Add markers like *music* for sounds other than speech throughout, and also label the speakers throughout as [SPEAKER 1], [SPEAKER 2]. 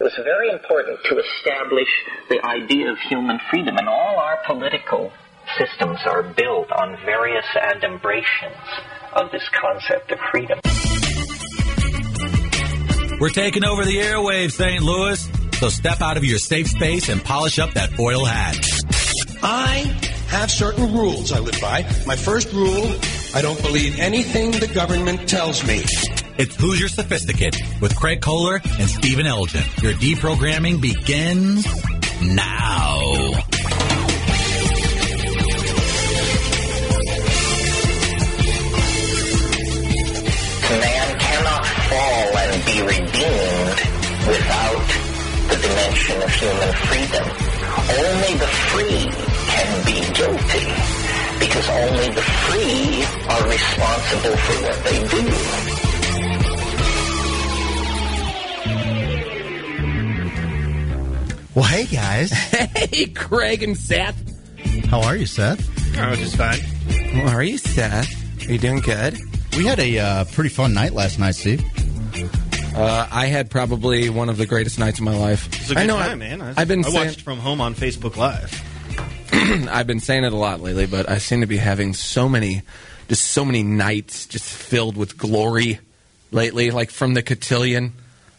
[SPEAKER 1] was very important to establish the idea of human freedom. And all our political systems are built on various adumbrations of this concept of freedom.
[SPEAKER 2] We're taking over the airwaves, St. Louis. So step out of your safe space and polish up that foil hat.
[SPEAKER 3] I have certain rules I live by. My first rule I don't believe anything the government tells me.
[SPEAKER 2] It's Who's Your Sophisticate with Craig Kohler and Stephen Elgin. Your deprogramming begins now.
[SPEAKER 1] Man cannot fall and be redeemed without the dimension of human freedom. Only the free can be guilty because only the free are responsible for what they do.
[SPEAKER 4] Well, hey guys,
[SPEAKER 5] Hey, Craig and Seth.
[SPEAKER 4] how are you, Seth?
[SPEAKER 6] Oh, just fine.
[SPEAKER 5] How are you, Seth? Are you doing good?
[SPEAKER 4] We had a uh, pretty fun night last night, Steve.
[SPEAKER 5] Uh, I had probably one of the greatest nights of my life.
[SPEAKER 6] It's a good
[SPEAKER 5] I know,
[SPEAKER 6] time,
[SPEAKER 5] I,
[SPEAKER 6] man.
[SPEAKER 5] have been
[SPEAKER 6] I
[SPEAKER 5] saying,
[SPEAKER 6] watched from home on Facebook Live.
[SPEAKER 5] *clears throat* I've been saying it a lot lately, but I seem to be having so many, just so many nights just filled with glory lately. Like from the cotillion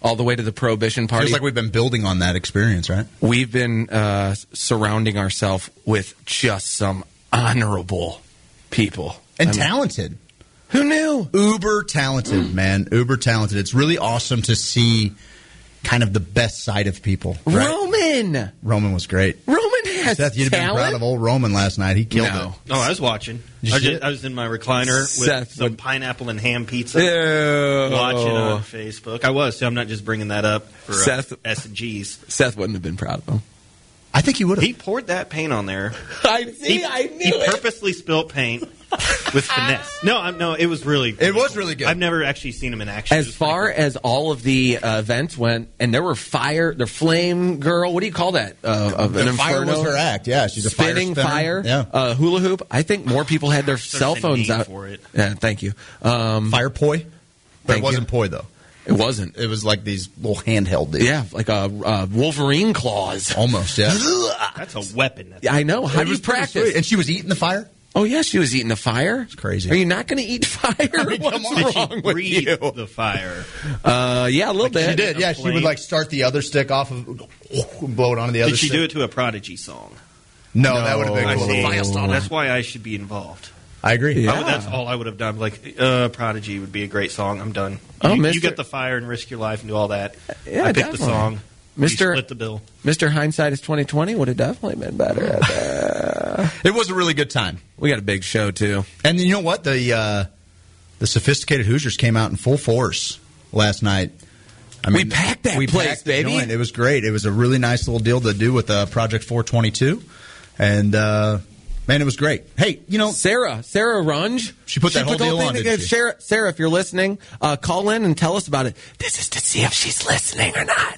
[SPEAKER 5] all the way to the prohibition party.
[SPEAKER 4] Feels like we've been building on that experience, right?
[SPEAKER 5] we've been uh, surrounding ourselves with just some honorable people
[SPEAKER 4] And
[SPEAKER 5] I mean,
[SPEAKER 4] talented,
[SPEAKER 5] Who knew?
[SPEAKER 4] uber *gasps* talented, man, uber talented. It's really awesome to see kind of the best side of people. Right?
[SPEAKER 5] Roman.
[SPEAKER 4] Roman was great.
[SPEAKER 5] Roman has
[SPEAKER 4] Seth, you'd have been
[SPEAKER 5] talent.
[SPEAKER 4] proud of old Roman last night. He killed
[SPEAKER 5] No.
[SPEAKER 4] it.
[SPEAKER 6] Oh, I was watching.
[SPEAKER 4] You
[SPEAKER 6] I, was
[SPEAKER 4] see
[SPEAKER 6] just,
[SPEAKER 4] it?
[SPEAKER 6] I was in my recliner with
[SPEAKER 5] Seth
[SPEAKER 6] some
[SPEAKER 5] would-
[SPEAKER 6] pineapple and ham pizza.
[SPEAKER 5] Ew.
[SPEAKER 6] Watching on Facebook. I was, so I'm not just bringing that up for uh,
[SPEAKER 5] Seth-
[SPEAKER 6] SGs.
[SPEAKER 5] Seth wouldn't have been proud of him.
[SPEAKER 4] I think he would
[SPEAKER 6] He
[SPEAKER 4] have.
[SPEAKER 6] poured that paint on there.
[SPEAKER 5] *laughs* I see. I
[SPEAKER 6] He
[SPEAKER 5] knew it.
[SPEAKER 6] purposely spilt paint
[SPEAKER 5] *laughs*
[SPEAKER 6] with finesse. No, I'm, no, it was really.
[SPEAKER 4] It was really good.
[SPEAKER 6] I've never actually seen him in action. It
[SPEAKER 5] As
[SPEAKER 6] was
[SPEAKER 5] far
[SPEAKER 6] pretty
[SPEAKER 5] as all of the uh, events went, and there were fire, the flame girl. What do you call that? Uh, of an
[SPEAKER 4] The fire
[SPEAKER 5] inferno?
[SPEAKER 4] was her act. Yeah, she's a fire
[SPEAKER 5] spinning
[SPEAKER 4] spinner.
[SPEAKER 5] fire,
[SPEAKER 4] Yeah,
[SPEAKER 5] uh, hula hoop. I think more people had their
[SPEAKER 6] There's
[SPEAKER 5] cell
[SPEAKER 6] a
[SPEAKER 5] phones
[SPEAKER 6] need
[SPEAKER 5] out.
[SPEAKER 6] for it.
[SPEAKER 5] Yeah, thank you. Um,
[SPEAKER 4] fire poi, but
[SPEAKER 5] Thank
[SPEAKER 4] it
[SPEAKER 5] you.
[SPEAKER 4] wasn't poi though.
[SPEAKER 5] it wasn't.
[SPEAKER 4] It was like these little handheld. Dudes.
[SPEAKER 5] Yeah, like a uh, Wolverine claws.
[SPEAKER 4] almost. Yeah,
[SPEAKER 6] cool. That's a weapon. That's
[SPEAKER 5] Yeah, I know. How
[SPEAKER 4] It
[SPEAKER 5] do
[SPEAKER 4] was
[SPEAKER 5] you
[SPEAKER 4] pretty
[SPEAKER 5] practice?
[SPEAKER 4] sweet. And she was eating the fire.
[SPEAKER 5] oh yeah, she was eating the fire. It's
[SPEAKER 4] crazy.
[SPEAKER 5] Are you not going to eat fire?
[SPEAKER 4] mean, come
[SPEAKER 5] *laughs* What's
[SPEAKER 4] on. Did she
[SPEAKER 5] wrong with
[SPEAKER 6] breathe
[SPEAKER 5] you?
[SPEAKER 6] the fire.
[SPEAKER 5] Uh, yeah, a little bit.
[SPEAKER 4] She did, yeah. She would
[SPEAKER 6] Flame.
[SPEAKER 4] like start the other stick off of, and blow it onto the other.
[SPEAKER 6] Did she
[SPEAKER 4] stick.
[SPEAKER 6] do it to a Prodigy song?
[SPEAKER 4] No, that would have
[SPEAKER 6] I
[SPEAKER 4] been cool.
[SPEAKER 6] see.
[SPEAKER 4] I,
[SPEAKER 6] That's why I should be involved.
[SPEAKER 4] agree.
[SPEAKER 5] Yeah.
[SPEAKER 6] I would- that's all I would have done. Like, uh, Prodigy would be a great song. I'm done.
[SPEAKER 5] Oh,
[SPEAKER 6] you,
[SPEAKER 5] Mr.
[SPEAKER 6] you get the fire and risk your life and do all that.
[SPEAKER 5] Yeah,
[SPEAKER 6] I picked
[SPEAKER 5] definitely.
[SPEAKER 6] the song. You
[SPEAKER 5] Mr.
[SPEAKER 6] split the bill.
[SPEAKER 5] Mr. Hindsight is twenty twenty would have definitely been better. At that.
[SPEAKER 4] *laughs* It was a really good time.
[SPEAKER 5] we got a big show too.
[SPEAKER 4] And you know what? The uh, the sophisticated Hoosiers came out in full force last night. I
[SPEAKER 5] We packed that
[SPEAKER 4] we
[SPEAKER 5] place,
[SPEAKER 4] packed the
[SPEAKER 5] baby.
[SPEAKER 4] joint. It was great. It was a really nice little deal to do with uh, Project 422, and uh, man, it was great. Hey, you know,
[SPEAKER 5] Sarah, uh, Sarah Runge.
[SPEAKER 4] She put that whole
[SPEAKER 5] the
[SPEAKER 4] deal
[SPEAKER 5] thing
[SPEAKER 4] on,
[SPEAKER 5] together.
[SPEAKER 4] didn't she?
[SPEAKER 5] Sarah, Sarah, if you're listening, uh, call in and tell us about it. This is to see if she's listening or not.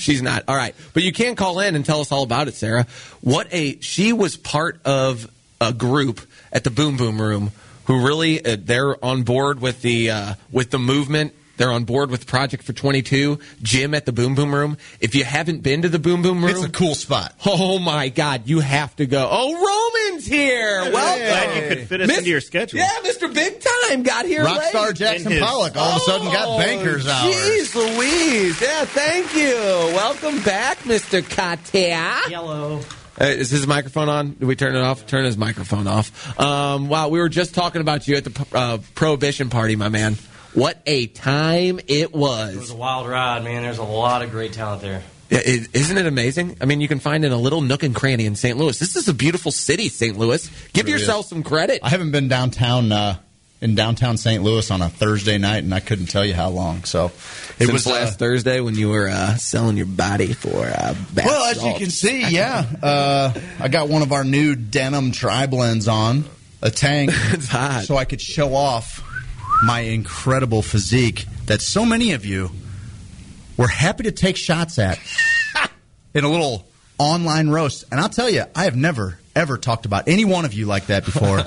[SPEAKER 5] *laughs* She's not. All right. But you can call in and tell us all about it, Sarah. What a she was part of a group at the Boom Boom Room who really uh, they're on board with the uh, with the movement. They're on board with Project for 22. Jim at the Boom Boom Room. If you haven't been to the Boom Boom Room,
[SPEAKER 4] it's a cool spot.
[SPEAKER 5] *laughs* Oh my God! You have to go. Oh, Roman's here. Welcome.
[SPEAKER 6] Glad you could fit us
[SPEAKER 5] Mis-
[SPEAKER 6] into your schedule.
[SPEAKER 5] Yeah, Mr. Big Time got here
[SPEAKER 4] Rock
[SPEAKER 5] late.
[SPEAKER 4] star Jackson
[SPEAKER 6] In his-
[SPEAKER 4] Pollock all of a sudden got
[SPEAKER 5] Oh,
[SPEAKER 4] bankers hours.
[SPEAKER 5] Jeez Louise. Yeah, thank you. Welcome back, Mr. Katia. Hello. is his microphone on? Did we turn it off? Turn his microphone off. Um, wow, we were just talking about you at the uh, Prohibition Party, my man. What a time it was.
[SPEAKER 7] It was a wild ride, man. There's a lot of great talent there.
[SPEAKER 5] Yeah, is isn't it amazing? I mean, you can find in a little nook and cranny in St. Louis. This is a beautiful city, St. Louis. Give
[SPEAKER 4] really
[SPEAKER 5] yourself some credit.
[SPEAKER 4] I haven't been downtown uh, in downtown St. Louis on a Thursday night, and I couldn't tell you how long. So it
[SPEAKER 5] Since
[SPEAKER 4] was
[SPEAKER 5] last
[SPEAKER 4] uh,
[SPEAKER 5] Thursday when you were uh, selling your body for uh, bath
[SPEAKER 4] well, as you
[SPEAKER 5] salts.
[SPEAKER 4] can see, yeah, uh, I got one of our new denim tri blends on a tank,
[SPEAKER 5] *laughs* It's hot.
[SPEAKER 4] so I could show off my incredible physique that so many of you were happy to take shots
[SPEAKER 5] *laughs*
[SPEAKER 4] at in a little online roast. And I'll tell you, I have never ever talked about any one of you like that before,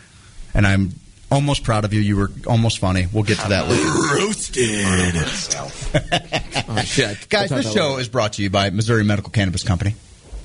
[SPEAKER 5] *laughs*
[SPEAKER 4] and I'm
[SPEAKER 5] *laughs*
[SPEAKER 4] almost proud of you. You were almost funny. We'll get to that later. *laughs*
[SPEAKER 5] roasted. Oh, shit.
[SPEAKER 4] Guys,
[SPEAKER 5] I'll
[SPEAKER 4] this
[SPEAKER 5] talk about it
[SPEAKER 4] show
[SPEAKER 5] later.
[SPEAKER 4] is brought to you by Missouri Medical Cannabis Company,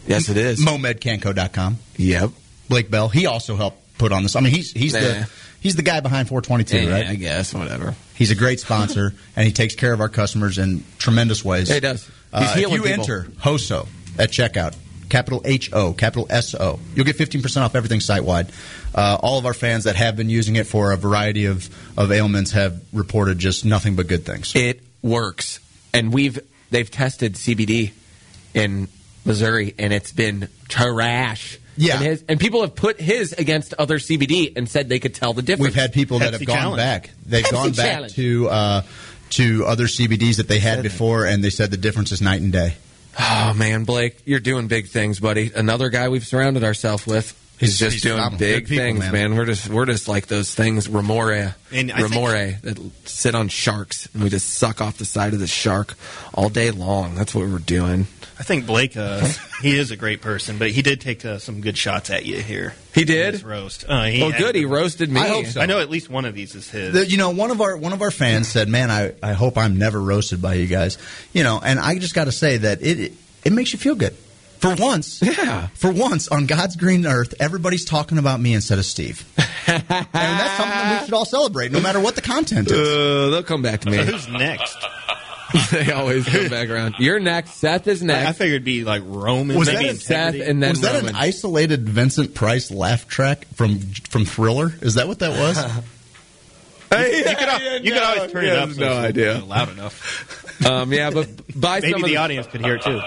[SPEAKER 5] Yes, it is.
[SPEAKER 4] MomedCanco.com.
[SPEAKER 5] yep.
[SPEAKER 4] Blake Bell, he also helped put on this. I mean, he's he's
[SPEAKER 5] Nah.
[SPEAKER 4] the he's the guy behind 422,
[SPEAKER 5] Yeah,
[SPEAKER 4] right?
[SPEAKER 5] I guess. Whatever.
[SPEAKER 4] He's a great
[SPEAKER 5] *laughs*
[SPEAKER 4] sponsor, and he takes care of our customers in tremendous ways.
[SPEAKER 5] Yeah, he does.
[SPEAKER 4] Uh,
[SPEAKER 5] He's healing
[SPEAKER 4] if you
[SPEAKER 5] people.
[SPEAKER 4] enter HOSO at checkout, capital H O, capital S O, you'll get 15% off everything site wide. Uh, all of our fans that have been using it for a variety of, of ailments have reported just nothing but good things.
[SPEAKER 5] It works, and we've they've tested CBD in Missouri, and it's been trash.
[SPEAKER 4] Yeah.
[SPEAKER 5] and, his, and people have put his against other CBD and said they could tell the
[SPEAKER 4] We've
[SPEAKER 5] difference.
[SPEAKER 4] had people that
[SPEAKER 6] Pepsi
[SPEAKER 4] have gone
[SPEAKER 6] challenge.
[SPEAKER 4] back. They've
[SPEAKER 5] Pepsi
[SPEAKER 4] gone back
[SPEAKER 5] challenge.
[SPEAKER 4] to uh, to other CBDs that they had before, and they said the difference is night and day.
[SPEAKER 5] Oh man, Blake, you're doing big things, buddy. Another guy we've surrounded ourselves with. He's
[SPEAKER 4] He's-
[SPEAKER 5] just
[SPEAKER 4] he's
[SPEAKER 5] doing
[SPEAKER 4] phenomenal.
[SPEAKER 5] big
[SPEAKER 4] Good people,
[SPEAKER 5] things, man.
[SPEAKER 4] man.
[SPEAKER 5] We're just we're just like those things, remore,
[SPEAKER 6] And I think-
[SPEAKER 5] remore that sit on sharks, and we just suck off the side of the shark all day long. That's what we're doing.
[SPEAKER 6] I think Blake, *laughs* uh, he is a great person, but he did take uh, some good shots at you here.
[SPEAKER 5] He did?
[SPEAKER 6] In this roast. Uh, he
[SPEAKER 5] Oh, good, he roasted me.
[SPEAKER 4] I hope so.
[SPEAKER 6] I know at least one of these is his.
[SPEAKER 4] The- you know, one of our one of our fans said, "Man, I, I hope I'm never roasted by you guys." You know, and I just got to say that it it makes you feel good. For once,
[SPEAKER 5] Yeah.
[SPEAKER 4] For once on God's green earth, everybody's talking about me instead of Steve, and that's something we should all celebrate, no matter what the content is.
[SPEAKER 5] Uh, they'll come back to
[SPEAKER 6] so
[SPEAKER 5] me.
[SPEAKER 6] who's next?
[SPEAKER 5] *laughs* they always come back around. You're next. Seth is
[SPEAKER 6] I, I
[SPEAKER 5] next.
[SPEAKER 6] figured it'd be like Roman.
[SPEAKER 4] Was
[SPEAKER 6] maybe
[SPEAKER 4] that a
[SPEAKER 5] Seth
[SPEAKER 6] integrity.
[SPEAKER 5] and then
[SPEAKER 4] was that
[SPEAKER 5] Roman.
[SPEAKER 4] an isolated Vincent Price laugh track from from Thriller? Is that what that was?
[SPEAKER 5] *laughs* you
[SPEAKER 6] could al- you could always turn it up. so
[SPEAKER 5] No
[SPEAKER 6] it's
[SPEAKER 5] idea.
[SPEAKER 6] Loud enough.
[SPEAKER 5] *laughs* Um, yeah, but buy some
[SPEAKER 6] Maybe
[SPEAKER 5] of
[SPEAKER 6] the audience could hear it too.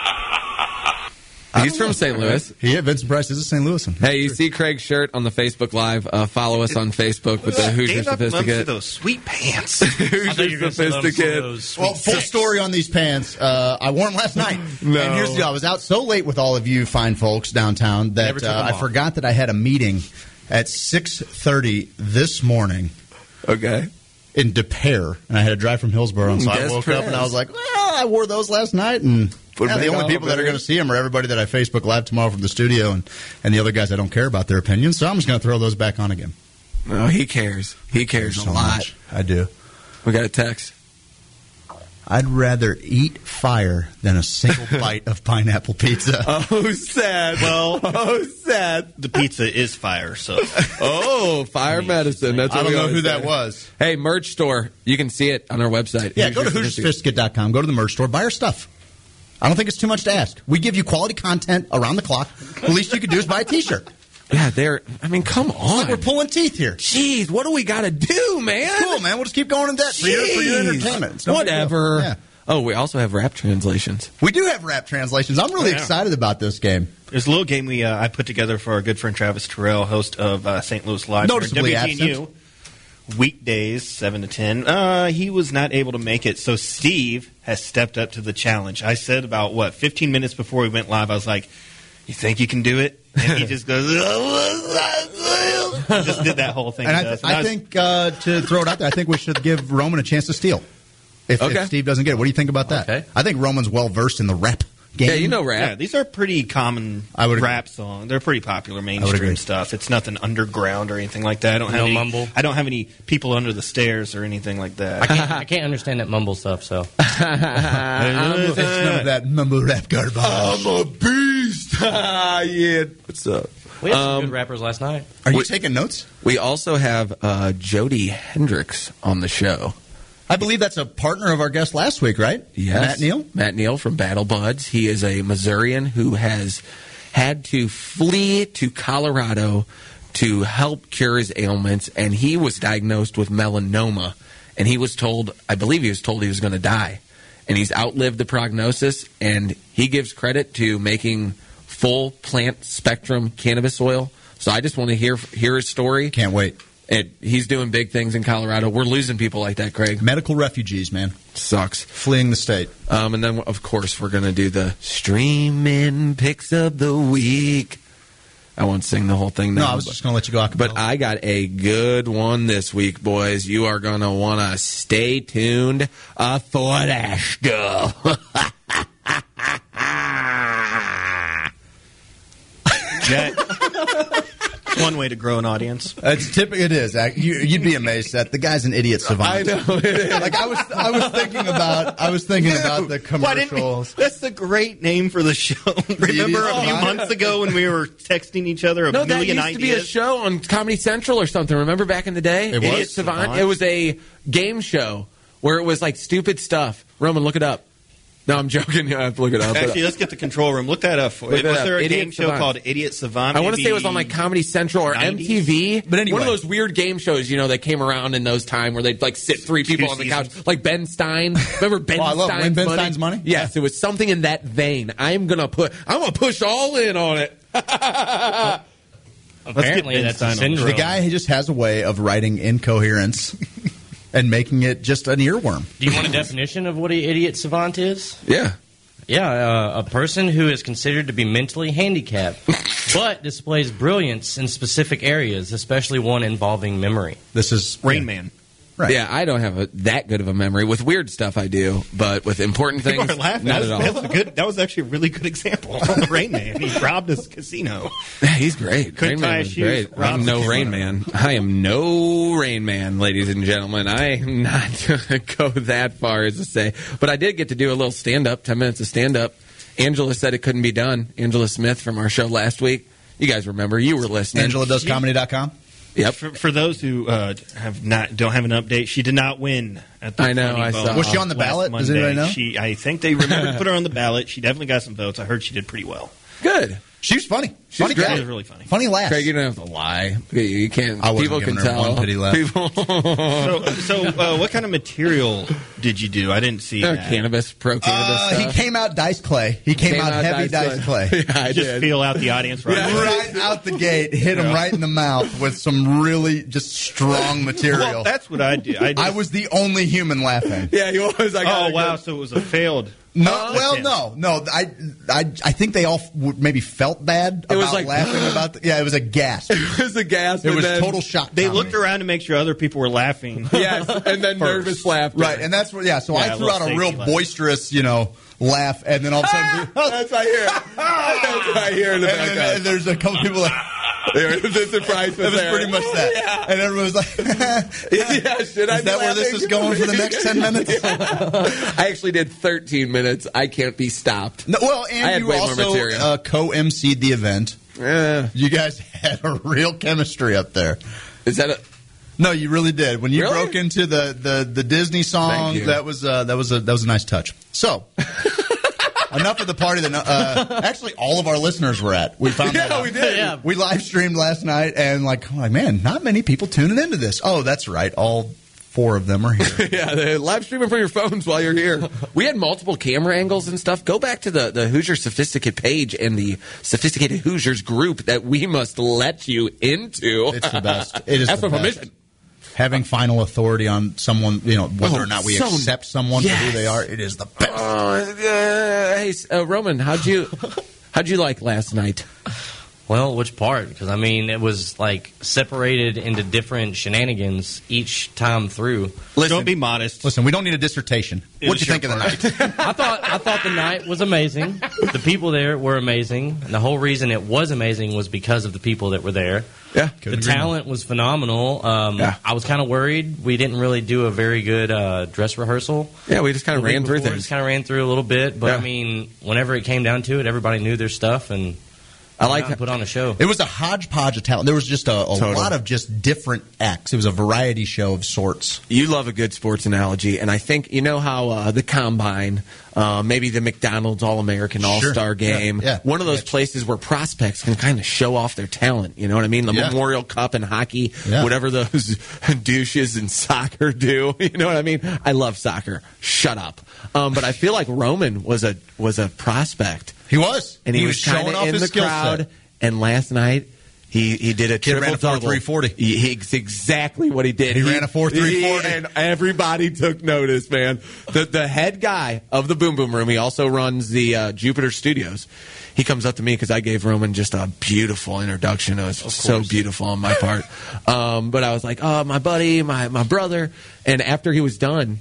[SPEAKER 5] *laughs* He's from St. Louis.
[SPEAKER 4] yeah, Vincent Price is a St. Louisan.
[SPEAKER 5] Hey, you see Craig's shirt on the Facebook Live. Uh, follow us on Facebook with the Hoosier
[SPEAKER 6] Gave up months for
[SPEAKER 5] Sophisticate.
[SPEAKER 6] those sweet
[SPEAKER 8] *laughs*
[SPEAKER 6] pants.
[SPEAKER 7] I thought you
[SPEAKER 5] Hoosier
[SPEAKER 7] were gonna say that was one of
[SPEAKER 5] Sophisticate.
[SPEAKER 7] those sweet
[SPEAKER 4] Well, full
[SPEAKER 7] sex.
[SPEAKER 4] story on these pants. Uh, I wore them last night.
[SPEAKER 5] No.
[SPEAKER 4] And here's the deal. I was out so late with all of you fine folks downtown
[SPEAKER 6] Never
[SPEAKER 4] that
[SPEAKER 6] took
[SPEAKER 4] uh,
[SPEAKER 6] them
[SPEAKER 4] I
[SPEAKER 6] off.
[SPEAKER 4] forgot that I had a meeting at 6.30 this morning
[SPEAKER 5] Okay.
[SPEAKER 4] in De Pere, and I had to drive from Hillsboro. And so I
[SPEAKER 5] Des
[SPEAKER 4] woke up
[SPEAKER 5] Perez.
[SPEAKER 4] and I was like, well, I wore those last night. And
[SPEAKER 5] Would
[SPEAKER 4] yeah, the
[SPEAKER 5] make
[SPEAKER 4] only
[SPEAKER 5] all
[SPEAKER 4] people that are
[SPEAKER 5] better.
[SPEAKER 4] going to see them are everybody that I Facebook Live tomorrow from the studio and, and the other guys I don't care about their opinions. So I'm just going to throw those back on again.
[SPEAKER 5] No, Oh, he cares. He cares a
[SPEAKER 4] So
[SPEAKER 5] lot.
[SPEAKER 4] much. I do.
[SPEAKER 5] We got a text.
[SPEAKER 4] I'd rather eat fire than a
[SPEAKER 5] *laughs*
[SPEAKER 4] single bite of pineapple pizza.
[SPEAKER 5] *laughs* Oh, sad.
[SPEAKER 6] Well-
[SPEAKER 5] *laughs* oh, sad.
[SPEAKER 6] the pizza is fire, so
[SPEAKER 5] *laughs* Oh, fire medicine. That's what
[SPEAKER 4] I don't
[SPEAKER 5] we
[SPEAKER 4] know
[SPEAKER 5] always
[SPEAKER 4] who that
[SPEAKER 5] say.
[SPEAKER 4] was.
[SPEAKER 5] Hey, merch store. You can see it on our website.
[SPEAKER 4] Yeah, go to
[SPEAKER 5] Hoosier Sophisticate.
[SPEAKER 4] HoosierSophisticate.com. Go to the merch store. Buy our stuff. I don't think it's too much to ask. We give you quality content around the clock. The least you could do is buy a T-shirt.
[SPEAKER 5] Yeah, there. I mean, come on.
[SPEAKER 4] We're pulling teeth here.
[SPEAKER 5] Jeez, what do we got to do, man?
[SPEAKER 4] Cool, man. We'll just keep going in debt for your, for your
[SPEAKER 5] Jeez.
[SPEAKER 4] entertainment. It's no big deal.
[SPEAKER 5] Whatever.
[SPEAKER 4] Yeah.
[SPEAKER 5] Oh, we also have rap translations.
[SPEAKER 4] We do have rap translations. I'm really
[SPEAKER 6] Yeah.
[SPEAKER 4] excited about this game.
[SPEAKER 6] There's a little game we uh, I put together for our good friend Travis Terrell, host of uh, St. Louis Live, here at
[SPEAKER 4] Noticeably
[SPEAKER 6] WGNU, weekdays seven to ten. Uh, he was not able to make it, so Steve has stepped up to the challenge. I said about what 15 minutes before we went live, I was like, "You think you can do it?"
[SPEAKER 4] *laughs*
[SPEAKER 6] And he just goes, *laughs* just did that whole thing.
[SPEAKER 4] And I,
[SPEAKER 6] to us.
[SPEAKER 4] th-
[SPEAKER 6] And I
[SPEAKER 4] I
[SPEAKER 6] was-
[SPEAKER 4] think uh, to throw it out there, I think we should give Roman a chance to steal. If,
[SPEAKER 5] Okay.
[SPEAKER 4] if Steve doesn't get it, what do you think about that?
[SPEAKER 5] Okay.
[SPEAKER 4] I think Roman's well versed in the rap game.
[SPEAKER 5] Yeah, you know
[SPEAKER 6] Yeah,
[SPEAKER 5] rap.
[SPEAKER 6] these are pretty common
[SPEAKER 4] I would agree.
[SPEAKER 6] rap songs. They're pretty popular
[SPEAKER 4] agree.
[SPEAKER 6] mainstream stuff. It's nothing underground or anything like that. I don't have
[SPEAKER 7] No
[SPEAKER 6] any,
[SPEAKER 7] mumble?
[SPEAKER 6] I don't have any people under the stairs or anything like that.
[SPEAKER 7] I *laughs* can't, I can't understand that mumble stuff, *laughs* so.
[SPEAKER 4] it's none of that mumble rap garbage.
[SPEAKER 5] a
[SPEAKER 7] *laughs*
[SPEAKER 5] beast. Oh, Ah, yeah. What's up?
[SPEAKER 7] We had some good rappers last night.
[SPEAKER 4] Are you
[SPEAKER 5] Wait.
[SPEAKER 4] taking notes?
[SPEAKER 5] We also have uh, Jody Hendricks on the show.
[SPEAKER 4] I believe that's a partner of our guest last week, right? Matt Neal?
[SPEAKER 5] Matt Neal from Battle Buds. He is a Missourian who has had to flee to Colorado to help cure his ailments, and he was diagnosed with melanoma. And he was told, I believe he was told he was going to die. And he's outlived the prognosis, and he gives credit to making full plant spectrum cannabis oil. So I just want to hear hear his story.
[SPEAKER 4] Can't wait.
[SPEAKER 5] And he's doing big things in Colorado. We're losing people like that, Craig.
[SPEAKER 4] Medical refugees, man.
[SPEAKER 5] Sucks.
[SPEAKER 4] Fleeing the state.
[SPEAKER 5] Um, and then, of course, we're going to do the streaming picks of the week. I won't sing the whole thing
[SPEAKER 4] No,
[SPEAKER 5] now.
[SPEAKER 4] I was
[SPEAKER 5] but,
[SPEAKER 4] just going to let you go.
[SPEAKER 5] but I got a good one this week, boys. You are going to want to stay tuned uh, for that stuff.
[SPEAKER 6] That- One way to grow an audience.
[SPEAKER 4] It's typical. It is. Ac- You, you'd be amazed that the guy's an idiot savant.
[SPEAKER 5] know.
[SPEAKER 4] *laughs* like *laughs* I was, I was thinking about, I was thinking about
[SPEAKER 5] *laughs*
[SPEAKER 4] the
[SPEAKER 6] Why didn't we-
[SPEAKER 4] commercials.
[SPEAKER 6] that's the great name for the show. Remember a few
[SPEAKER 4] Savant?
[SPEAKER 6] months ago when we were texting each other a
[SPEAKER 5] *laughs* No, that
[SPEAKER 6] million
[SPEAKER 5] used to be a
[SPEAKER 6] ideas?
[SPEAKER 5] show on Comedy Central or something. Remember back in the day?
[SPEAKER 4] It was?
[SPEAKER 5] Idiot Savant.
[SPEAKER 6] Savant?
[SPEAKER 5] It was a game show where it was like stupid stuff. Roman, look it up. No, I'm joking. *laughs* I have to look it up.
[SPEAKER 6] Actually, let's get the control room. Look that up. For
[SPEAKER 5] Look
[SPEAKER 6] Was
[SPEAKER 5] that up.
[SPEAKER 6] there a
[SPEAKER 5] Idiot
[SPEAKER 6] game show
[SPEAKER 5] Savant.
[SPEAKER 6] called Idiot Savant?
[SPEAKER 5] I want to say it was
[SPEAKER 6] Maybe-
[SPEAKER 5] on like Comedy Central or
[SPEAKER 6] 90s?
[SPEAKER 5] MTV.
[SPEAKER 4] But anyway.
[SPEAKER 5] one of those weird game shows, you know, that came around in those time where they'd like sit three people on the
[SPEAKER 6] seasons.
[SPEAKER 5] couch, like Ben Stein. Remember Ben
[SPEAKER 4] Oh, I
[SPEAKER 5] Stein's
[SPEAKER 4] love- Win Ben
[SPEAKER 5] money?
[SPEAKER 4] Stein's Money?
[SPEAKER 5] Yes, it was something in that vein. I'm gonna put. I'm gonna push all in on it.
[SPEAKER 4] *laughs*
[SPEAKER 7] Apparently,
[SPEAKER 6] Ben
[SPEAKER 7] that's
[SPEAKER 6] Stein
[SPEAKER 7] a
[SPEAKER 6] on the show.
[SPEAKER 7] syndrome.
[SPEAKER 4] The guy he just has a way of writing incoherence *laughs* and making it just an earworm.
[SPEAKER 7] Do you want *laughs* a definition of what an idiot savant is?
[SPEAKER 5] Yeah.
[SPEAKER 7] Yeah, uh, a person who is considered to be mentally *laughs* handicapped, but displays brilliance in specific areas, especially one involving memory.
[SPEAKER 4] This is
[SPEAKER 6] Rain Man.
[SPEAKER 4] Right.
[SPEAKER 5] Yeah, I don't have a, that good of a memory. With weird stuff, I do, but with important
[SPEAKER 6] People
[SPEAKER 5] things,
[SPEAKER 6] are laughing.
[SPEAKER 5] not
[SPEAKER 6] That was,
[SPEAKER 5] at all.
[SPEAKER 6] that was a good. That was actually a really good example. *laughs* Rain Man. He robbed his casino.
[SPEAKER 5] Yeah, he's great.
[SPEAKER 6] Couldn't
[SPEAKER 5] Rain
[SPEAKER 6] tie
[SPEAKER 5] Man
[SPEAKER 6] his
[SPEAKER 5] was
[SPEAKER 6] shoes,
[SPEAKER 5] great. I'm
[SPEAKER 6] robbed
[SPEAKER 5] no
[SPEAKER 6] the
[SPEAKER 5] Rain
[SPEAKER 6] casino.
[SPEAKER 5] Man. I am no Rain Man, ladies and gentlemen. I am not *laughs* going to go that far as to say, but I did get to do a little stand up, 10 minutes of stand up. Angela said it couldn't be done. Angela Smith from our show last week. You guys remember, you were listening.
[SPEAKER 4] AngelaDoesComedy.com.
[SPEAKER 5] Yep.
[SPEAKER 6] For, for those who uh, have not don't have an update, she did not win. At the
[SPEAKER 5] I know,
[SPEAKER 6] Funny
[SPEAKER 5] I
[SPEAKER 6] Bone
[SPEAKER 5] saw. Was she
[SPEAKER 4] on the
[SPEAKER 6] last
[SPEAKER 4] ballot? Does
[SPEAKER 6] Monday.
[SPEAKER 4] anybody know?
[SPEAKER 6] She, I think they remembered to put her
[SPEAKER 4] *laughs*
[SPEAKER 6] on the ballot. She definitely got some votes. I heard she did pretty well.
[SPEAKER 5] Good. *laughs*
[SPEAKER 4] She was funny.
[SPEAKER 5] She's
[SPEAKER 4] funny
[SPEAKER 5] great.
[SPEAKER 4] gal.
[SPEAKER 6] She was really funny.
[SPEAKER 4] Funny laugh.
[SPEAKER 5] Craig, you don't have to lie. You- You can't.
[SPEAKER 4] I wasn't
[SPEAKER 5] people
[SPEAKER 4] giving
[SPEAKER 5] can
[SPEAKER 4] her
[SPEAKER 5] tell.
[SPEAKER 4] one pity laugh. *laughs*
[SPEAKER 5] People.
[SPEAKER 6] So, so uh, what kind of material did you do? I didn't see
[SPEAKER 5] Uh,
[SPEAKER 6] that.
[SPEAKER 5] cannabis, pro cannabis.
[SPEAKER 4] Uh, he came out dice clay. He came, out, heavy dice clay.
[SPEAKER 5] *laughs* yeah, I
[SPEAKER 6] Just
[SPEAKER 5] did.
[SPEAKER 6] feel out the audience, right?
[SPEAKER 4] Right out the gate, hit him right in the mouth with some really just strong material.
[SPEAKER 6] Well, that's what I did. I, just,
[SPEAKER 4] I was the only human laughing.
[SPEAKER 5] yeah, he was. I got
[SPEAKER 6] Oh
[SPEAKER 5] it.
[SPEAKER 6] wow! So it was a failed.
[SPEAKER 4] No,
[SPEAKER 6] Uh,
[SPEAKER 4] well,
[SPEAKER 6] attempt.
[SPEAKER 4] no, no. I, I, I think they all f- would maybe felt bad
[SPEAKER 5] It
[SPEAKER 4] about
[SPEAKER 5] was like-
[SPEAKER 4] laughing about. The, yeah, it was a gasp. It
[SPEAKER 5] *laughs* It was a gas.
[SPEAKER 4] was
[SPEAKER 5] and then-
[SPEAKER 4] total shock.
[SPEAKER 6] They
[SPEAKER 4] comedy.
[SPEAKER 6] looked around to make sure other people were laughing.
[SPEAKER 5] *laughs* Yes, and then nervous laughter.
[SPEAKER 4] right, and that's what. Yeah, so
[SPEAKER 6] Yeah,
[SPEAKER 4] I
[SPEAKER 6] a
[SPEAKER 4] threw
[SPEAKER 6] little
[SPEAKER 4] out a
[SPEAKER 6] safety
[SPEAKER 4] real
[SPEAKER 6] laugh.
[SPEAKER 4] boisterous, you know, laugh, and then all of a sudden,
[SPEAKER 5] That's right here. That's right here in the
[SPEAKER 4] and then- and
[SPEAKER 5] background.
[SPEAKER 4] there's a couple people like.
[SPEAKER 5] There, the surprise was
[SPEAKER 4] It was
[SPEAKER 5] there.
[SPEAKER 4] pretty much that, and everyone was like, *laughs* "Is
[SPEAKER 5] Yeah, yeah should I be
[SPEAKER 4] that where this
[SPEAKER 5] laughing?
[SPEAKER 4] is going for the next
[SPEAKER 5] *laughs*
[SPEAKER 4] ten minutes?"
[SPEAKER 5] I actually did 13 minutes. I can't be stopped.
[SPEAKER 4] No, well,
[SPEAKER 5] I had
[SPEAKER 4] and you
[SPEAKER 5] way more
[SPEAKER 4] also
[SPEAKER 5] material.
[SPEAKER 4] uh, co-emceed the event.
[SPEAKER 5] Eh,
[SPEAKER 4] You guys *laughs* had a real chemistry up there.
[SPEAKER 5] is that a?
[SPEAKER 4] No, you really did. When you
[SPEAKER 5] Really?
[SPEAKER 4] broke into the, the, the Disney
[SPEAKER 5] Thank
[SPEAKER 4] song,
[SPEAKER 5] you.
[SPEAKER 4] that was uh, that was a that was a nice touch.
[SPEAKER 5] *laughs*
[SPEAKER 4] So, enough of the party that *laughs* uh, actually all of our listeners were at. We found that
[SPEAKER 5] *laughs* Yeah,
[SPEAKER 4] out.
[SPEAKER 5] we did.
[SPEAKER 7] Yeah.
[SPEAKER 4] We live streamed last night, and like, I'm like, man, not many people tuning into this. Oh, that's right, all four of them are here. *laughs*
[SPEAKER 5] *laughs* Yeah, they're live streaming from your phones while you're here. We had multiple camera angles and stuff. Go back to the, the Hoosier Sophisticate page and the Sophisticated Hoosiers group that we must let you into.
[SPEAKER 4] It's the best.
[SPEAKER 5] *laughs*
[SPEAKER 4] It is
[SPEAKER 5] Ask
[SPEAKER 4] the
[SPEAKER 5] for
[SPEAKER 4] best.
[SPEAKER 5] permission.
[SPEAKER 4] Having final authority on someone, you know, whether
[SPEAKER 5] Oh,
[SPEAKER 4] or not we
[SPEAKER 5] so-
[SPEAKER 4] accept someone for who
[SPEAKER 5] Yes.
[SPEAKER 4] they are, it is the best.
[SPEAKER 5] Uh, hey, uh, Roman, how'd
[SPEAKER 7] *laughs*
[SPEAKER 5] you how'd you like last night?
[SPEAKER 7] Well, which part? Because I mean, it was like separated into different shenanigans each time through.
[SPEAKER 6] Don't be modest.
[SPEAKER 4] Listen, we don't need a dissertation.
[SPEAKER 6] It
[SPEAKER 4] What'd
[SPEAKER 6] was
[SPEAKER 4] you think of
[SPEAKER 6] your
[SPEAKER 4] the night?
[SPEAKER 7] I thought I thought the night was amazing. The people there were amazing. And the whole reason it was amazing was because of the people that were there.
[SPEAKER 5] Yeah.
[SPEAKER 7] the
[SPEAKER 4] Couldn't agree more.
[SPEAKER 7] talent was phenomenal. Um,
[SPEAKER 5] Yeah.
[SPEAKER 7] I was kind of worried. We didn't really do a very good uh, dress rehearsal.
[SPEAKER 5] Yeah, we just kind of ran through things.
[SPEAKER 7] Kind of ran through a little bit, but
[SPEAKER 5] Yeah.
[SPEAKER 7] I mean, whenever it came down to it, everybody knew their stuff and
[SPEAKER 5] I like
[SPEAKER 7] to
[SPEAKER 5] that.
[SPEAKER 7] put on a show.
[SPEAKER 4] It was a hodgepodge of talent. There was just a, a lot of just different acts. It was a variety show of sorts.
[SPEAKER 5] You love a good sports analogy, and I think you know how uh, the combine, uh, maybe the McDonald's All American All Star
[SPEAKER 4] Yeah,
[SPEAKER 5] Game,
[SPEAKER 4] yeah.
[SPEAKER 5] one of those places where prospects can kind of show off their talent. You know what I mean? The
[SPEAKER 4] Yeah.
[SPEAKER 5] Memorial Cup and hockey,
[SPEAKER 4] Yeah.
[SPEAKER 5] whatever those *laughs* douches in soccer do. *laughs* You know what I mean? I love soccer. Shut up. Um, but I feel like Roman was a was a prospect.
[SPEAKER 4] He was,
[SPEAKER 5] and he, was,
[SPEAKER 4] showing
[SPEAKER 5] kind
[SPEAKER 4] off
[SPEAKER 5] of in
[SPEAKER 4] his
[SPEAKER 5] the
[SPEAKER 4] skill
[SPEAKER 5] crowd.
[SPEAKER 4] set.
[SPEAKER 5] And last night, he, he did a triple
[SPEAKER 4] ran a
[SPEAKER 5] double.
[SPEAKER 4] 4.340.
[SPEAKER 5] He, he- it's exactly what he did.
[SPEAKER 4] He ran a 4.340.
[SPEAKER 5] he- And everybody took notice, man. The the head guy of the Boom Boom Room. He also runs the uh, Jupiter Studios. He comes up to me because I gave Roman just a beautiful introduction. It was so beautiful on my
[SPEAKER 4] *laughs*
[SPEAKER 5] part. um, but I was like, oh, my buddy, my my brother. And after he was done,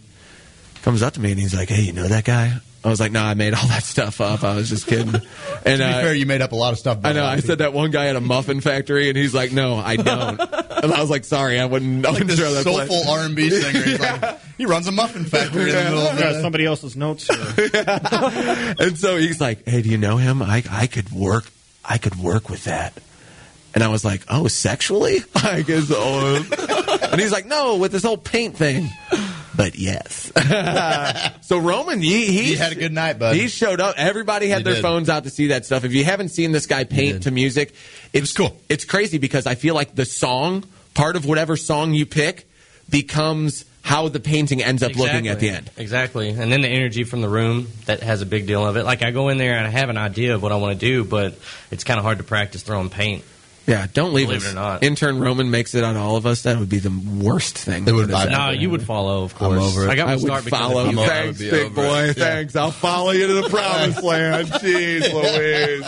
[SPEAKER 5] comes up to me and he's like, "Hey, you know that guy? I was like, nah, I made all that stuff up. I was just kidding. And
[SPEAKER 4] *laughs* To be fair,
[SPEAKER 5] uh,
[SPEAKER 4] you made up a lot of stuff. about
[SPEAKER 5] I
[SPEAKER 4] a
[SPEAKER 5] know
[SPEAKER 4] lot
[SPEAKER 5] I
[SPEAKER 4] of
[SPEAKER 5] said that one guy at a muffin factory, and he's like, no, I don't. and I was like, sorry, I wouldn't. I
[SPEAKER 4] people.
[SPEAKER 5] wouldn't throw
[SPEAKER 4] this
[SPEAKER 5] that place." *laughs*
[SPEAKER 4] soulful R and B singer. He's like, he runs a muffin factory in the middle of
[SPEAKER 6] Got
[SPEAKER 4] the
[SPEAKER 6] somebody else's notes.
[SPEAKER 5] *laughs*
[SPEAKER 6] Here.
[SPEAKER 5] and so he's like, "Hey, do you know him? I I could work. I could work with that." And I was like, "Oh, sexually?" *laughs* I guess. Oh. and he's like, "No, with this whole paint thing." But yes. *laughs* so Roman, he, he
[SPEAKER 4] You had a good night, bud.
[SPEAKER 5] He showed up. Everybody had
[SPEAKER 4] You
[SPEAKER 5] their
[SPEAKER 4] did.
[SPEAKER 5] phones out to see that stuff. If you haven't seen this guy paint to music, it's
[SPEAKER 4] cool.
[SPEAKER 5] It's crazy because I feel like the song part of whatever song you pick becomes how the painting ends up looking at the end.
[SPEAKER 7] Exactly. And then the energy from the room that has a big deal of it. Like I go in there and I have an idea of what I want to do, but it's kind of hard to practice throwing paint.
[SPEAKER 5] Yeah, don't leave
[SPEAKER 7] Believe
[SPEAKER 5] us.
[SPEAKER 7] it or not.
[SPEAKER 5] Intern Roman makes it on all of us. That would be the worst thing.
[SPEAKER 4] It would
[SPEAKER 5] That
[SPEAKER 4] not.
[SPEAKER 5] has
[SPEAKER 7] No,
[SPEAKER 5] happened.
[SPEAKER 7] you would follow, of course.
[SPEAKER 4] over it.
[SPEAKER 7] I got
[SPEAKER 5] I
[SPEAKER 7] my
[SPEAKER 5] would
[SPEAKER 7] start because of
[SPEAKER 5] follow.
[SPEAKER 7] you.
[SPEAKER 5] you.
[SPEAKER 4] over it.
[SPEAKER 5] Thanks,
[SPEAKER 4] Yeah.
[SPEAKER 5] big boy. Thanks. I'll follow you to
[SPEAKER 4] *laughs*
[SPEAKER 5] the promised land. Jeez Louise.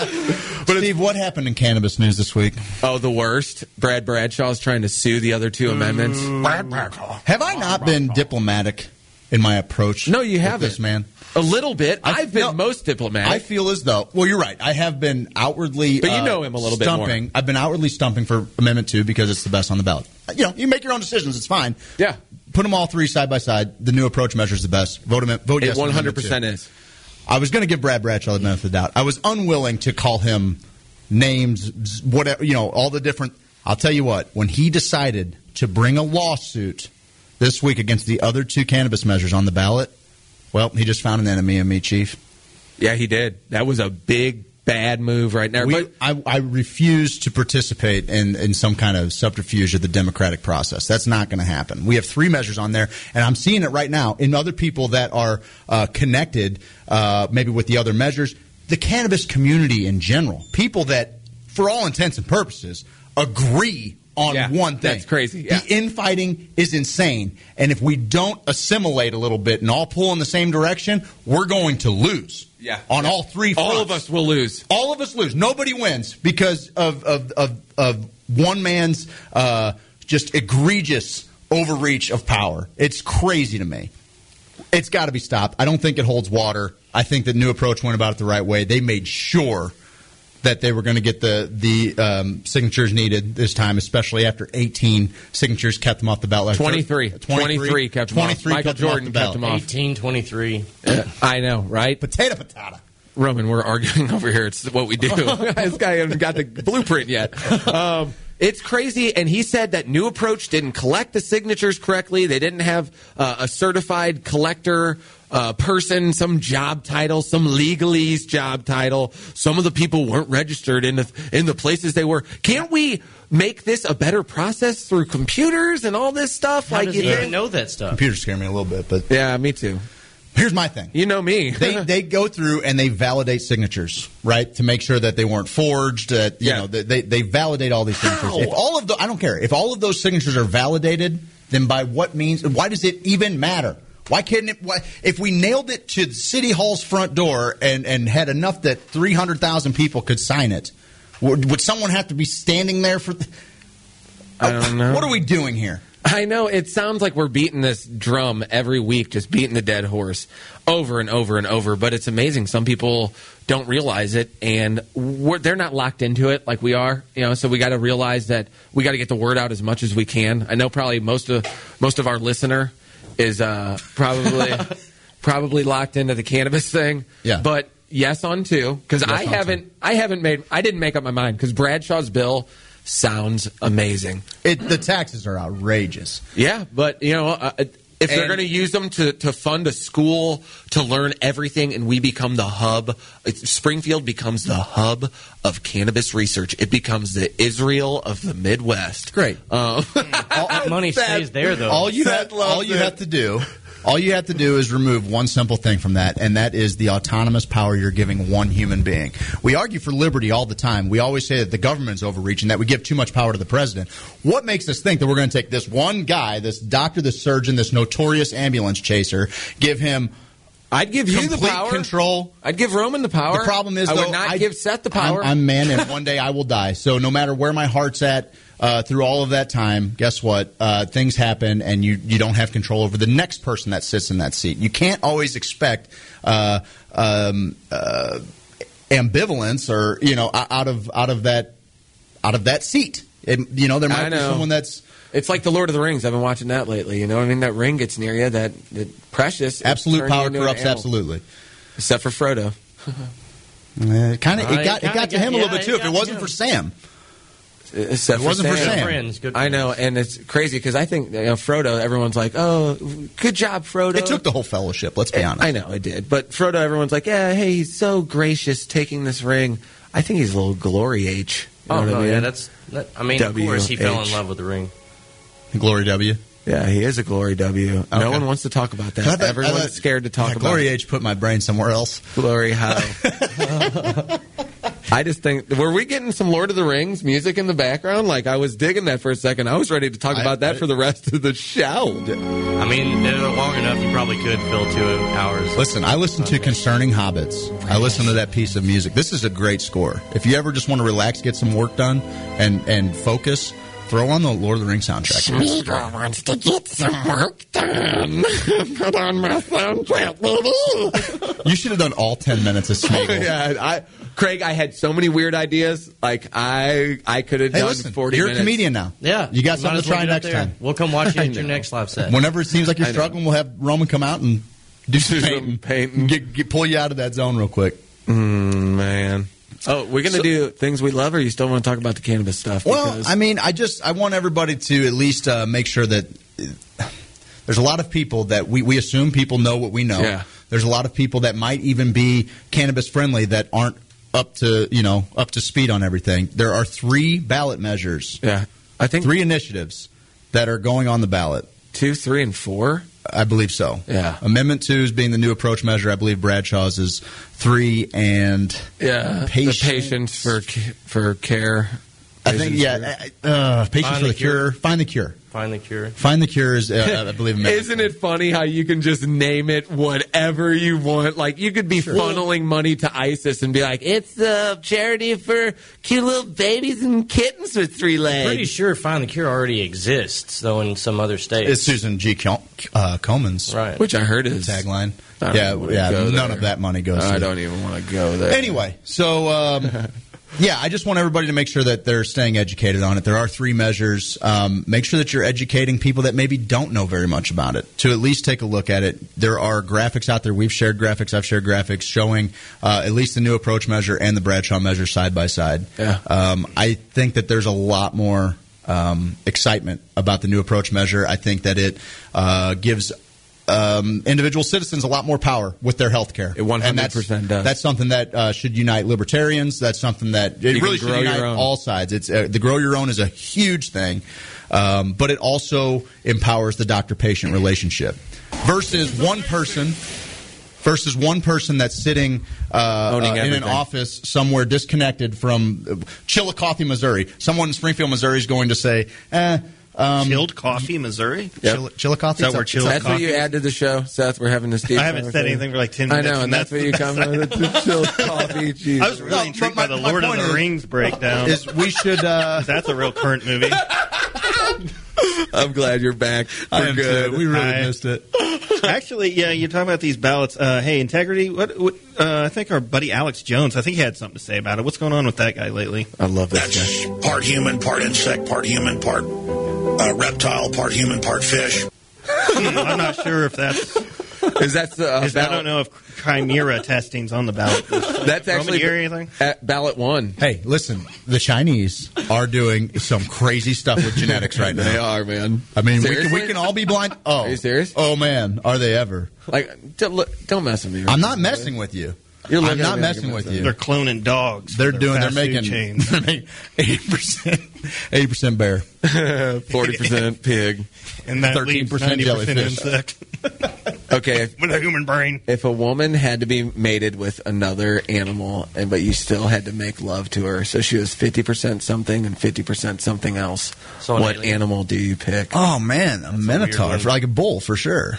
[SPEAKER 5] But it's,
[SPEAKER 4] Steve, what happened in cannabis news this week?
[SPEAKER 5] oh, the worst. Brad Bradshaw's trying to sue the other two amendments.
[SPEAKER 4] Mm. Have I not been diplomatic in my approach?
[SPEAKER 5] No, you
[SPEAKER 4] with
[SPEAKER 5] haven't.
[SPEAKER 4] this man.
[SPEAKER 5] A little bit.
[SPEAKER 4] I-
[SPEAKER 5] I, have been
[SPEAKER 4] no.
[SPEAKER 5] most diplomatic.
[SPEAKER 4] I feel as though. Well, you're right. I have been outwardly.
[SPEAKER 5] But you
[SPEAKER 4] uh,
[SPEAKER 5] know him a little bit more.
[SPEAKER 4] stumping. I've been outwardly stumping for Amendment Two because it's the best on the ballot. Uh, You know, you make your own decisions. It's fine.
[SPEAKER 5] Yeah.
[SPEAKER 4] Put them all three side by side. The new approach measure is the best. Vote him. Vote
[SPEAKER 5] it
[SPEAKER 4] Oh, yes. on
[SPEAKER 5] one
[SPEAKER 4] Amendment
[SPEAKER 5] hundred
[SPEAKER 4] Two.
[SPEAKER 5] percent is.
[SPEAKER 4] I was going to give Brad Bradshaw the benefit of the doubt. I was unwilling to call him names, z- whatever, you know, all the different. I'll tell you what, when he decided to bring a lawsuit this week against the other two cannabis measures on the ballot, well, he just found an enemy in me, Chief.
[SPEAKER 5] Yeah, he did. That was a big bad move right there.
[SPEAKER 4] We-
[SPEAKER 5] but
[SPEAKER 4] I, I refuse to participate in, in some kind of subterfuge of the democratic process. That's not going to happen. We have three measures on there, and I'm seeing it right now in other people that are uh, connected, uh, maybe with the other measures. The cannabis community in general, people that, for all intents and purposes, agree on
[SPEAKER 5] Yeah,
[SPEAKER 4] one thing.
[SPEAKER 5] that's crazy, yeah.
[SPEAKER 4] The infighting is insane, and if we don't assimilate a little bit and all pull in the same direction, we're going to lose.
[SPEAKER 5] Yeah.
[SPEAKER 4] on all three. Fronts.
[SPEAKER 5] all of us will lose.
[SPEAKER 4] All of us lose. Nobody wins because of of of, of one man's uh, just egregious overreach of power. It's crazy to me. It's got to be stopped. I don't think it holds water. I think the new approach went about it the right way. They made sure that they were going to get the the um, signatures needed this time, especially after 18 signatures kept them off the ballot.
[SPEAKER 5] 23. 23 kept them off.
[SPEAKER 4] 23
[SPEAKER 5] Michael
[SPEAKER 4] kept them off
[SPEAKER 5] Jordan
[SPEAKER 4] the
[SPEAKER 5] kept
[SPEAKER 4] ballot.
[SPEAKER 5] them off.
[SPEAKER 7] 1823.
[SPEAKER 5] *laughs* I know, right?
[SPEAKER 4] Potato, potato.
[SPEAKER 5] Roman, we're arguing *laughs* over here. It's what we
[SPEAKER 4] *laughs*
[SPEAKER 5] do. this guy hasn't got the blueprint yet. Um, it's crazy. And he said that New Approach didn't collect the signatures correctly. They didn't have uh, a certified collector uh, person, some job title, some legalese job title. Some of the people weren't registered in the in the places they were. Can't we make this a better process through computers and all this stuff?
[SPEAKER 7] How
[SPEAKER 5] like
[SPEAKER 7] does
[SPEAKER 5] you
[SPEAKER 7] he
[SPEAKER 5] think?
[SPEAKER 7] even know that stuff?
[SPEAKER 4] Computer scared me a little bit, but
[SPEAKER 5] Yeah, me too.
[SPEAKER 4] here's my thing.
[SPEAKER 5] You know
[SPEAKER 4] *laughs*
[SPEAKER 5] me.
[SPEAKER 4] they they go through and they validate signatures, right, to make sure that they weren't forged. That you
[SPEAKER 5] Yeah.
[SPEAKER 4] know that they they validate all these signatures.
[SPEAKER 5] How?
[SPEAKER 4] If all of the I don't care if all of those signatures are validated, then by what means? Why does it even matter? Why couldn't it? Why, if we nailed it to City Hall's front door and and had enough that three hundred thousand people could sign it, would, would someone have to be standing there for?
[SPEAKER 5] I don't
[SPEAKER 4] *laughs*
[SPEAKER 5] know.
[SPEAKER 4] What are we doing here?
[SPEAKER 5] I know it sounds like we're beating this drum every week, just beating the dead horse over and over and over. But it's amazing. Some people don't realize it, and we're, they're not locked into it like we are. You know, so we got to realize that we got to get the word out as much as we can. I know probably most of most of our listener is uh, probably probably locked into the cannabis thing.
[SPEAKER 4] Yeah.
[SPEAKER 5] but yes on two because I
[SPEAKER 4] on two.
[SPEAKER 5] haven't I haven't made I didn't make up my mind because Bradshaw's bill sounds amazing.
[SPEAKER 4] It, the taxes are outrageous.
[SPEAKER 5] Yeah, but you know, uh, if they're
[SPEAKER 4] And-
[SPEAKER 5] going to use them to, to fund a school to learn everything, and we become the hub, it's, Springfield becomes the hub of cannabis research. It becomes the Israel of the Midwest.
[SPEAKER 4] Great.
[SPEAKER 5] Um, *laughs*
[SPEAKER 7] Hmm. All that money stays there, though.
[SPEAKER 4] all you
[SPEAKER 5] Seth
[SPEAKER 4] have, all
[SPEAKER 5] loves
[SPEAKER 4] you
[SPEAKER 5] it.
[SPEAKER 4] have to do all you have to do is remove one simple thing from that and that is the autonomous power you're giving one human being we argue for liberty all the time we always say that the government's overreaching that we give too much power to the president what makes us think that we're going to take this one guy this doctor this surgeon this notorious ambulance chaser give him
[SPEAKER 5] I'd give you the
[SPEAKER 4] complete
[SPEAKER 5] power.
[SPEAKER 4] control
[SPEAKER 5] I'd give Roman the power.
[SPEAKER 4] the problem is,
[SPEAKER 5] I
[SPEAKER 4] though,
[SPEAKER 5] would not give Seth the power.
[SPEAKER 4] I'm, I'm man, and one day I will die. So no matter where my heart's at, uh, through all of that time, guess what? Uh, things happen, and you you don't have control over the next person that sits in that seat. You can't always expect uh, um, uh, ambivalence or you know o- out of out of that out of that seat. It, you know, there
[SPEAKER 5] I
[SPEAKER 4] might be
[SPEAKER 5] know.
[SPEAKER 4] someone that's
[SPEAKER 5] It's like the Lord of the Rings. I've been watching that lately. You know, what I mean, that ring gets near you. That, that precious it'll
[SPEAKER 4] absolute
[SPEAKER 5] turn you
[SPEAKER 4] power
[SPEAKER 5] into an
[SPEAKER 4] corrupts
[SPEAKER 5] animal.
[SPEAKER 4] absolutely.
[SPEAKER 5] except for Frodo.
[SPEAKER 4] kind of,
[SPEAKER 7] Uh,
[SPEAKER 4] it got
[SPEAKER 7] it
[SPEAKER 4] it got
[SPEAKER 7] kinda
[SPEAKER 4] to him a
[SPEAKER 7] got- yeah,
[SPEAKER 4] little bit too.
[SPEAKER 7] it
[SPEAKER 4] If
[SPEAKER 7] got to
[SPEAKER 4] it wasn't
[SPEAKER 7] him.
[SPEAKER 4] for Sam,
[SPEAKER 5] Except
[SPEAKER 4] It wasn't for
[SPEAKER 5] Sam.
[SPEAKER 4] Sam.
[SPEAKER 7] Friends, good
[SPEAKER 5] I know, and it's crazy because I think you know, Frodo. Everyone's like, "Oh, good job, Frodo." Eh,
[SPEAKER 4] it took the whole fellowship. Let's be honest.
[SPEAKER 5] I know it did, but Frodo. Everyone's like, "Yeah, hey, he's so gracious taking this ring." I think he's a little glory age. You know
[SPEAKER 7] Oh
[SPEAKER 5] what
[SPEAKER 7] no,
[SPEAKER 5] I mean?
[SPEAKER 7] yeah, that's. That, I mean, of course, he fell in
[SPEAKER 5] WH.
[SPEAKER 7] love with the ring.
[SPEAKER 4] Glory W.
[SPEAKER 5] yeah, he is a glory W.
[SPEAKER 4] Okay.
[SPEAKER 5] No one wants to talk about that.
[SPEAKER 4] I thought- I
[SPEAKER 5] Everyone's
[SPEAKER 4] thought-
[SPEAKER 5] scared to talk
[SPEAKER 4] yeah,
[SPEAKER 5] about
[SPEAKER 4] Glory
[SPEAKER 5] it.
[SPEAKER 4] Age. Put my brain somewhere else. *laughs*
[SPEAKER 5] glory how. I just think were we getting some Lord of the Rings music in the background? Like I was digging that for a second. I was ready to talk
[SPEAKER 4] I-
[SPEAKER 5] about that
[SPEAKER 4] I-
[SPEAKER 5] for the rest of the show.
[SPEAKER 7] I mean, they're long enough. You probably could fill two hours.
[SPEAKER 4] Listen, I listen to Concerning Hobbits. I listen to that piece of music. This is a great score. If you ever just want to relax, get some work done, and and focus, throw on the Lord of the Rings soundtrack.
[SPEAKER 5] Smeagol wants to get some work done. Put on my soundtrack, baby.
[SPEAKER 4] You should have done all ten minutes
[SPEAKER 7] *laughs*
[SPEAKER 4] of Smegel.
[SPEAKER 5] *laughs* yeah, I, Craig, I had so many weird ideas. Like I, I could have
[SPEAKER 4] Hey,
[SPEAKER 5] done
[SPEAKER 4] listen,
[SPEAKER 5] forty.
[SPEAKER 4] you're
[SPEAKER 5] minutes.
[SPEAKER 4] a comedian now.
[SPEAKER 7] Yeah,
[SPEAKER 4] you
[SPEAKER 7] might
[SPEAKER 4] got something
[SPEAKER 7] as
[SPEAKER 4] to
[SPEAKER 7] well
[SPEAKER 4] try
[SPEAKER 7] get up
[SPEAKER 4] next
[SPEAKER 7] there.
[SPEAKER 4] time.
[SPEAKER 7] We'll come
[SPEAKER 4] *laughs*
[SPEAKER 7] watch you
[SPEAKER 5] I
[SPEAKER 7] at your
[SPEAKER 5] know.
[SPEAKER 7] next live set.
[SPEAKER 4] Whenever it seems like you're
[SPEAKER 5] I know.
[SPEAKER 4] struggling, we'll have Roman come out and
[SPEAKER 7] *laughs*
[SPEAKER 4] do some
[SPEAKER 5] Do some
[SPEAKER 4] painting,
[SPEAKER 5] painting.
[SPEAKER 4] Get, get- pull you out of that zone real quick.
[SPEAKER 5] Mm, man. Oh, we're gonna do things we love, or you still want to talk about the cannabis stuff?
[SPEAKER 4] Well,
[SPEAKER 5] Because-
[SPEAKER 4] I mean, I just I want everybody to at least uh, make sure that there's a lot of people that we, we assume people know what we know.
[SPEAKER 5] Yeah.
[SPEAKER 4] There's a lot of people that might even be cannabis friendly that aren't up to you know up to speed on everything. There are three ballot measures,
[SPEAKER 5] yeah, I think
[SPEAKER 4] three initiatives that are going on the ballot.
[SPEAKER 5] two, three, and four.
[SPEAKER 4] I believe so.
[SPEAKER 5] Yeah.
[SPEAKER 4] Amendment two is being the new approach measure. I believe Bradshaw's is three and
[SPEAKER 5] Yeah,
[SPEAKER 4] patients.
[SPEAKER 5] the patients for ca- for care.
[SPEAKER 4] I think
[SPEAKER 5] Patients
[SPEAKER 4] yeah, uh, uh, patients
[SPEAKER 7] Find
[SPEAKER 4] for
[SPEAKER 7] the
[SPEAKER 4] the cure.
[SPEAKER 7] cure.
[SPEAKER 4] Find the cure.
[SPEAKER 7] Find the cure.
[SPEAKER 4] Find the cure is
[SPEAKER 5] *laughs*
[SPEAKER 4] uh, I believe. amendment
[SPEAKER 5] Isn't it funny how you can just name it whatever you want? Like you could be funneling money to ISIS and be
[SPEAKER 4] *laughs*
[SPEAKER 5] like, "It's a charity for cute little babies and kittens with three legs."
[SPEAKER 7] Pretty sure Find the Cure already exists, though, in some other states.
[SPEAKER 4] It's Susan G. Kel- uh, Komen,'s
[SPEAKER 7] right.
[SPEAKER 5] Which I heard is
[SPEAKER 4] tagline.
[SPEAKER 5] I don't
[SPEAKER 4] Yeah,
[SPEAKER 5] wanna
[SPEAKER 4] yeah.
[SPEAKER 5] go
[SPEAKER 4] None
[SPEAKER 5] there.
[SPEAKER 4] of that money goes.
[SPEAKER 5] I
[SPEAKER 4] to
[SPEAKER 5] don't even want to go there.
[SPEAKER 4] Anyway, so
[SPEAKER 5] *laughs*
[SPEAKER 4] um, yeah, I just want everybody to make sure that they're staying educated on it. There are three measures. Um, make sure that you're educating people that maybe don't know very much about it to at least take a look at it. There are graphics out there. We've shared graphics. I've shared graphics showing uh, at least the new approach measure and the Bradshaw measure side by side.
[SPEAKER 5] Yeah.
[SPEAKER 4] Um, I think that there's a lot more um, excitement about the new approach measure. I think that it uh, gives um, individual citizens a lot more power with their health care.
[SPEAKER 5] It 100%
[SPEAKER 4] And that's-
[SPEAKER 5] does.
[SPEAKER 4] That's something that uh, should unite libertarians. That's something that it
[SPEAKER 5] You can
[SPEAKER 4] really should
[SPEAKER 5] grow your
[SPEAKER 4] unite
[SPEAKER 5] own.
[SPEAKER 4] all sides. It's uh, the grow your own is a huge thing, um, but it also empowers the doctor patient relationship versus one person. Versus one person that's sitting uh,
[SPEAKER 5] Owning
[SPEAKER 4] uh, in an
[SPEAKER 5] everything.
[SPEAKER 4] office somewhere disconnected from uh, Chillicothe, Missouri. Someone in Springfield, Missouri is going to say, eh, um,
[SPEAKER 6] Chilled coffee, Missouri.
[SPEAKER 5] Yep.
[SPEAKER 4] Chill- Chillicothe?
[SPEAKER 6] Is that where Chill-
[SPEAKER 5] That's what you
[SPEAKER 6] coffee.
[SPEAKER 5] add to the show, Seth. We're having this. deep
[SPEAKER 6] I haven't said
[SPEAKER 5] conversation.
[SPEAKER 6] anything for like 10
[SPEAKER 5] I
[SPEAKER 6] minutes,
[SPEAKER 5] know, and
[SPEAKER 6] and
[SPEAKER 5] that's,
[SPEAKER 6] that's-
[SPEAKER 5] what you come with. the
[SPEAKER 6] *laughs*
[SPEAKER 5] chilled coffee. Jesus.
[SPEAKER 6] I was really
[SPEAKER 4] No, but
[SPEAKER 6] intrigued
[SPEAKER 4] my-
[SPEAKER 6] by the
[SPEAKER 4] my
[SPEAKER 6] Lord of
[SPEAKER 4] point
[SPEAKER 6] the
[SPEAKER 4] is-
[SPEAKER 6] Rings breakdown.
[SPEAKER 4] is we should. Uh,
[SPEAKER 6] *laughs* that's a real current movie.
[SPEAKER 5] *laughs* I'm glad you're back. We're good.
[SPEAKER 4] We really
[SPEAKER 6] I-
[SPEAKER 4] missed it.
[SPEAKER 6] *laughs* Actually, yeah, you're talking about these ballots. Uh, hey, integrity. What? what uh, I think our buddy Alex Jones. I think he had something to say about it. What's going on with that guy lately?
[SPEAKER 5] I love this.
[SPEAKER 8] That's just part human, part insect, part human, part uh, reptile, part human, part fish.
[SPEAKER 6] Hmm, I'm not sure if that's.
[SPEAKER 5] guy. *laughs* Is that the uh,
[SPEAKER 6] I don't know if Chimera testing's on the ballot.
[SPEAKER 5] *laughs* That's
[SPEAKER 6] Roman,
[SPEAKER 5] actually
[SPEAKER 6] you hear anything?
[SPEAKER 5] At ballot one.
[SPEAKER 4] Hey, listen, the Chinese are doing some crazy stuff with genetics right now.
[SPEAKER 5] *laughs* They are, man.
[SPEAKER 4] I mean, we can,
[SPEAKER 5] Seriously?
[SPEAKER 4] we can all be blind. Oh,
[SPEAKER 5] Are you serious?
[SPEAKER 4] Oh man, are they ever?
[SPEAKER 5] like don't, look, don't mess with me.
[SPEAKER 4] I'm not messing with you.
[SPEAKER 5] You're
[SPEAKER 4] I'm
[SPEAKER 5] looking at
[SPEAKER 4] not
[SPEAKER 5] me like
[SPEAKER 4] messing
[SPEAKER 5] a
[SPEAKER 4] with
[SPEAKER 5] mess.
[SPEAKER 4] you.
[SPEAKER 6] They're cloning dogs. for
[SPEAKER 4] They're
[SPEAKER 6] their
[SPEAKER 4] doing. They're
[SPEAKER 6] fast food
[SPEAKER 4] making.
[SPEAKER 6] chains.
[SPEAKER 4] They're making *laughs* eighty percent. Eighty percent bear. *laughs*
[SPEAKER 5] Forty percent pig.
[SPEAKER 6] and that
[SPEAKER 4] 13%
[SPEAKER 6] 13%
[SPEAKER 4] jellyfish.
[SPEAKER 6] insect
[SPEAKER 5] Okay, if,
[SPEAKER 6] with a human brain.
[SPEAKER 5] if a woman had to be mated with another animal, and but you still had to make love to her, so she was fifty percent something and fifty percent something else.
[SPEAKER 7] So an
[SPEAKER 5] what
[SPEAKER 7] alien.
[SPEAKER 5] animal do you pick?
[SPEAKER 4] Oh man, a minotaur
[SPEAKER 7] one.
[SPEAKER 4] for like a bull for sure.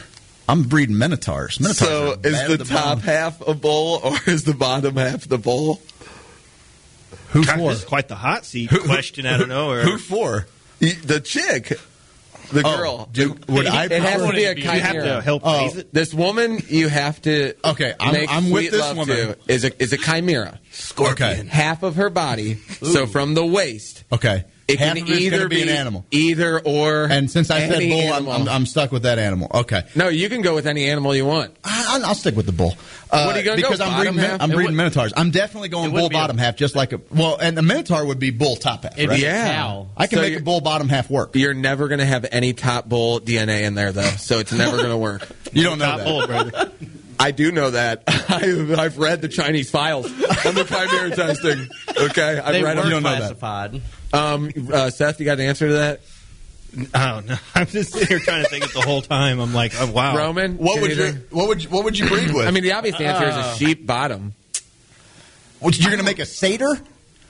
[SPEAKER 4] I'm breeding minotaurs. Minotaurs
[SPEAKER 5] so
[SPEAKER 4] are
[SPEAKER 5] is
[SPEAKER 4] bad
[SPEAKER 5] the
[SPEAKER 4] at bone.
[SPEAKER 5] top half a bull *laughs* or is the bottom half the bull?
[SPEAKER 4] who
[SPEAKER 6] God,
[SPEAKER 4] for?
[SPEAKER 6] this is quite the hot seat
[SPEAKER 4] Who- who-
[SPEAKER 6] question out of nowhere.
[SPEAKER 4] Who for?
[SPEAKER 5] The chick. Oh, The girl.
[SPEAKER 4] do- would I
[SPEAKER 5] *laughs* It has to
[SPEAKER 4] prefer-
[SPEAKER 5] be a
[SPEAKER 4] You
[SPEAKER 6] You have to
[SPEAKER 5] chimera.
[SPEAKER 6] help
[SPEAKER 4] Oh.
[SPEAKER 6] raise it.
[SPEAKER 5] This woman you have to
[SPEAKER 4] Okay, I'm-
[SPEAKER 5] make
[SPEAKER 4] I'm with
[SPEAKER 5] sweet
[SPEAKER 4] this
[SPEAKER 5] love
[SPEAKER 4] woman.
[SPEAKER 5] to is a is a chimera.
[SPEAKER 4] Scorpion.
[SPEAKER 5] Half of her body, so from the waist.
[SPEAKER 4] Okay.
[SPEAKER 5] It
[SPEAKER 4] Half
[SPEAKER 5] can
[SPEAKER 4] of it's
[SPEAKER 5] either
[SPEAKER 4] gonna be, an animal.
[SPEAKER 5] either or.
[SPEAKER 4] And since I said
[SPEAKER 5] any
[SPEAKER 4] bull, I'm,
[SPEAKER 5] animal.
[SPEAKER 4] I'm, I'm stuck with that animal. Okay.
[SPEAKER 5] no, you can go with any animal you want.
[SPEAKER 4] I, I'll- I'll stick with the bull. Uh,
[SPEAKER 5] What are you gonna go,
[SPEAKER 4] Because I'm
[SPEAKER 5] bottom
[SPEAKER 4] reading, min-
[SPEAKER 5] half?
[SPEAKER 4] I'm
[SPEAKER 5] It
[SPEAKER 4] reading
[SPEAKER 7] would-
[SPEAKER 4] minotaurs. I'm definitely
[SPEAKER 7] It
[SPEAKER 4] going
[SPEAKER 7] would
[SPEAKER 4] bull
[SPEAKER 7] be a-
[SPEAKER 4] bottom half, just like a well. And the minotaur would be bull top half.
[SPEAKER 7] It'd
[SPEAKER 4] right?
[SPEAKER 7] be a cow.
[SPEAKER 4] I can
[SPEAKER 5] So
[SPEAKER 4] make a
[SPEAKER 5] you're-
[SPEAKER 4] bull bottom half work.
[SPEAKER 5] You're never going to have any top bull DNA in there, though, so it's never going
[SPEAKER 6] *laughs*
[SPEAKER 5] to work.
[SPEAKER 4] You don't know
[SPEAKER 6] Not
[SPEAKER 4] that.
[SPEAKER 6] bull, brother.
[SPEAKER 5] I do know that. *laughs* I've, I've read the Chinese files on the
[SPEAKER 4] *laughs*
[SPEAKER 5] primary testing. Okay, I've
[SPEAKER 7] They
[SPEAKER 5] read
[SPEAKER 7] were
[SPEAKER 5] them.
[SPEAKER 7] classified.
[SPEAKER 5] Um, uh, Seth, you got an answer to that?
[SPEAKER 6] Oh no! *laughs* I'm just sitting here trying to think it the whole time. I'm like, oh, wow.
[SPEAKER 5] Roman,
[SPEAKER 4] What
[SPEAKER 5] can
[SPEAKER 4] would
[SPEAKER 5] either-
[SPEAKER 4] you? What would you? What would you breed with?
[SPEAKER 5] I mean, the obvious answer is
[SPEAKER 4] Uh.
[SPEAKER 6] Uh.
[SPEAKER 5] a sheep bottom.
[SPEAKER 4] What, you're going to make a satyr?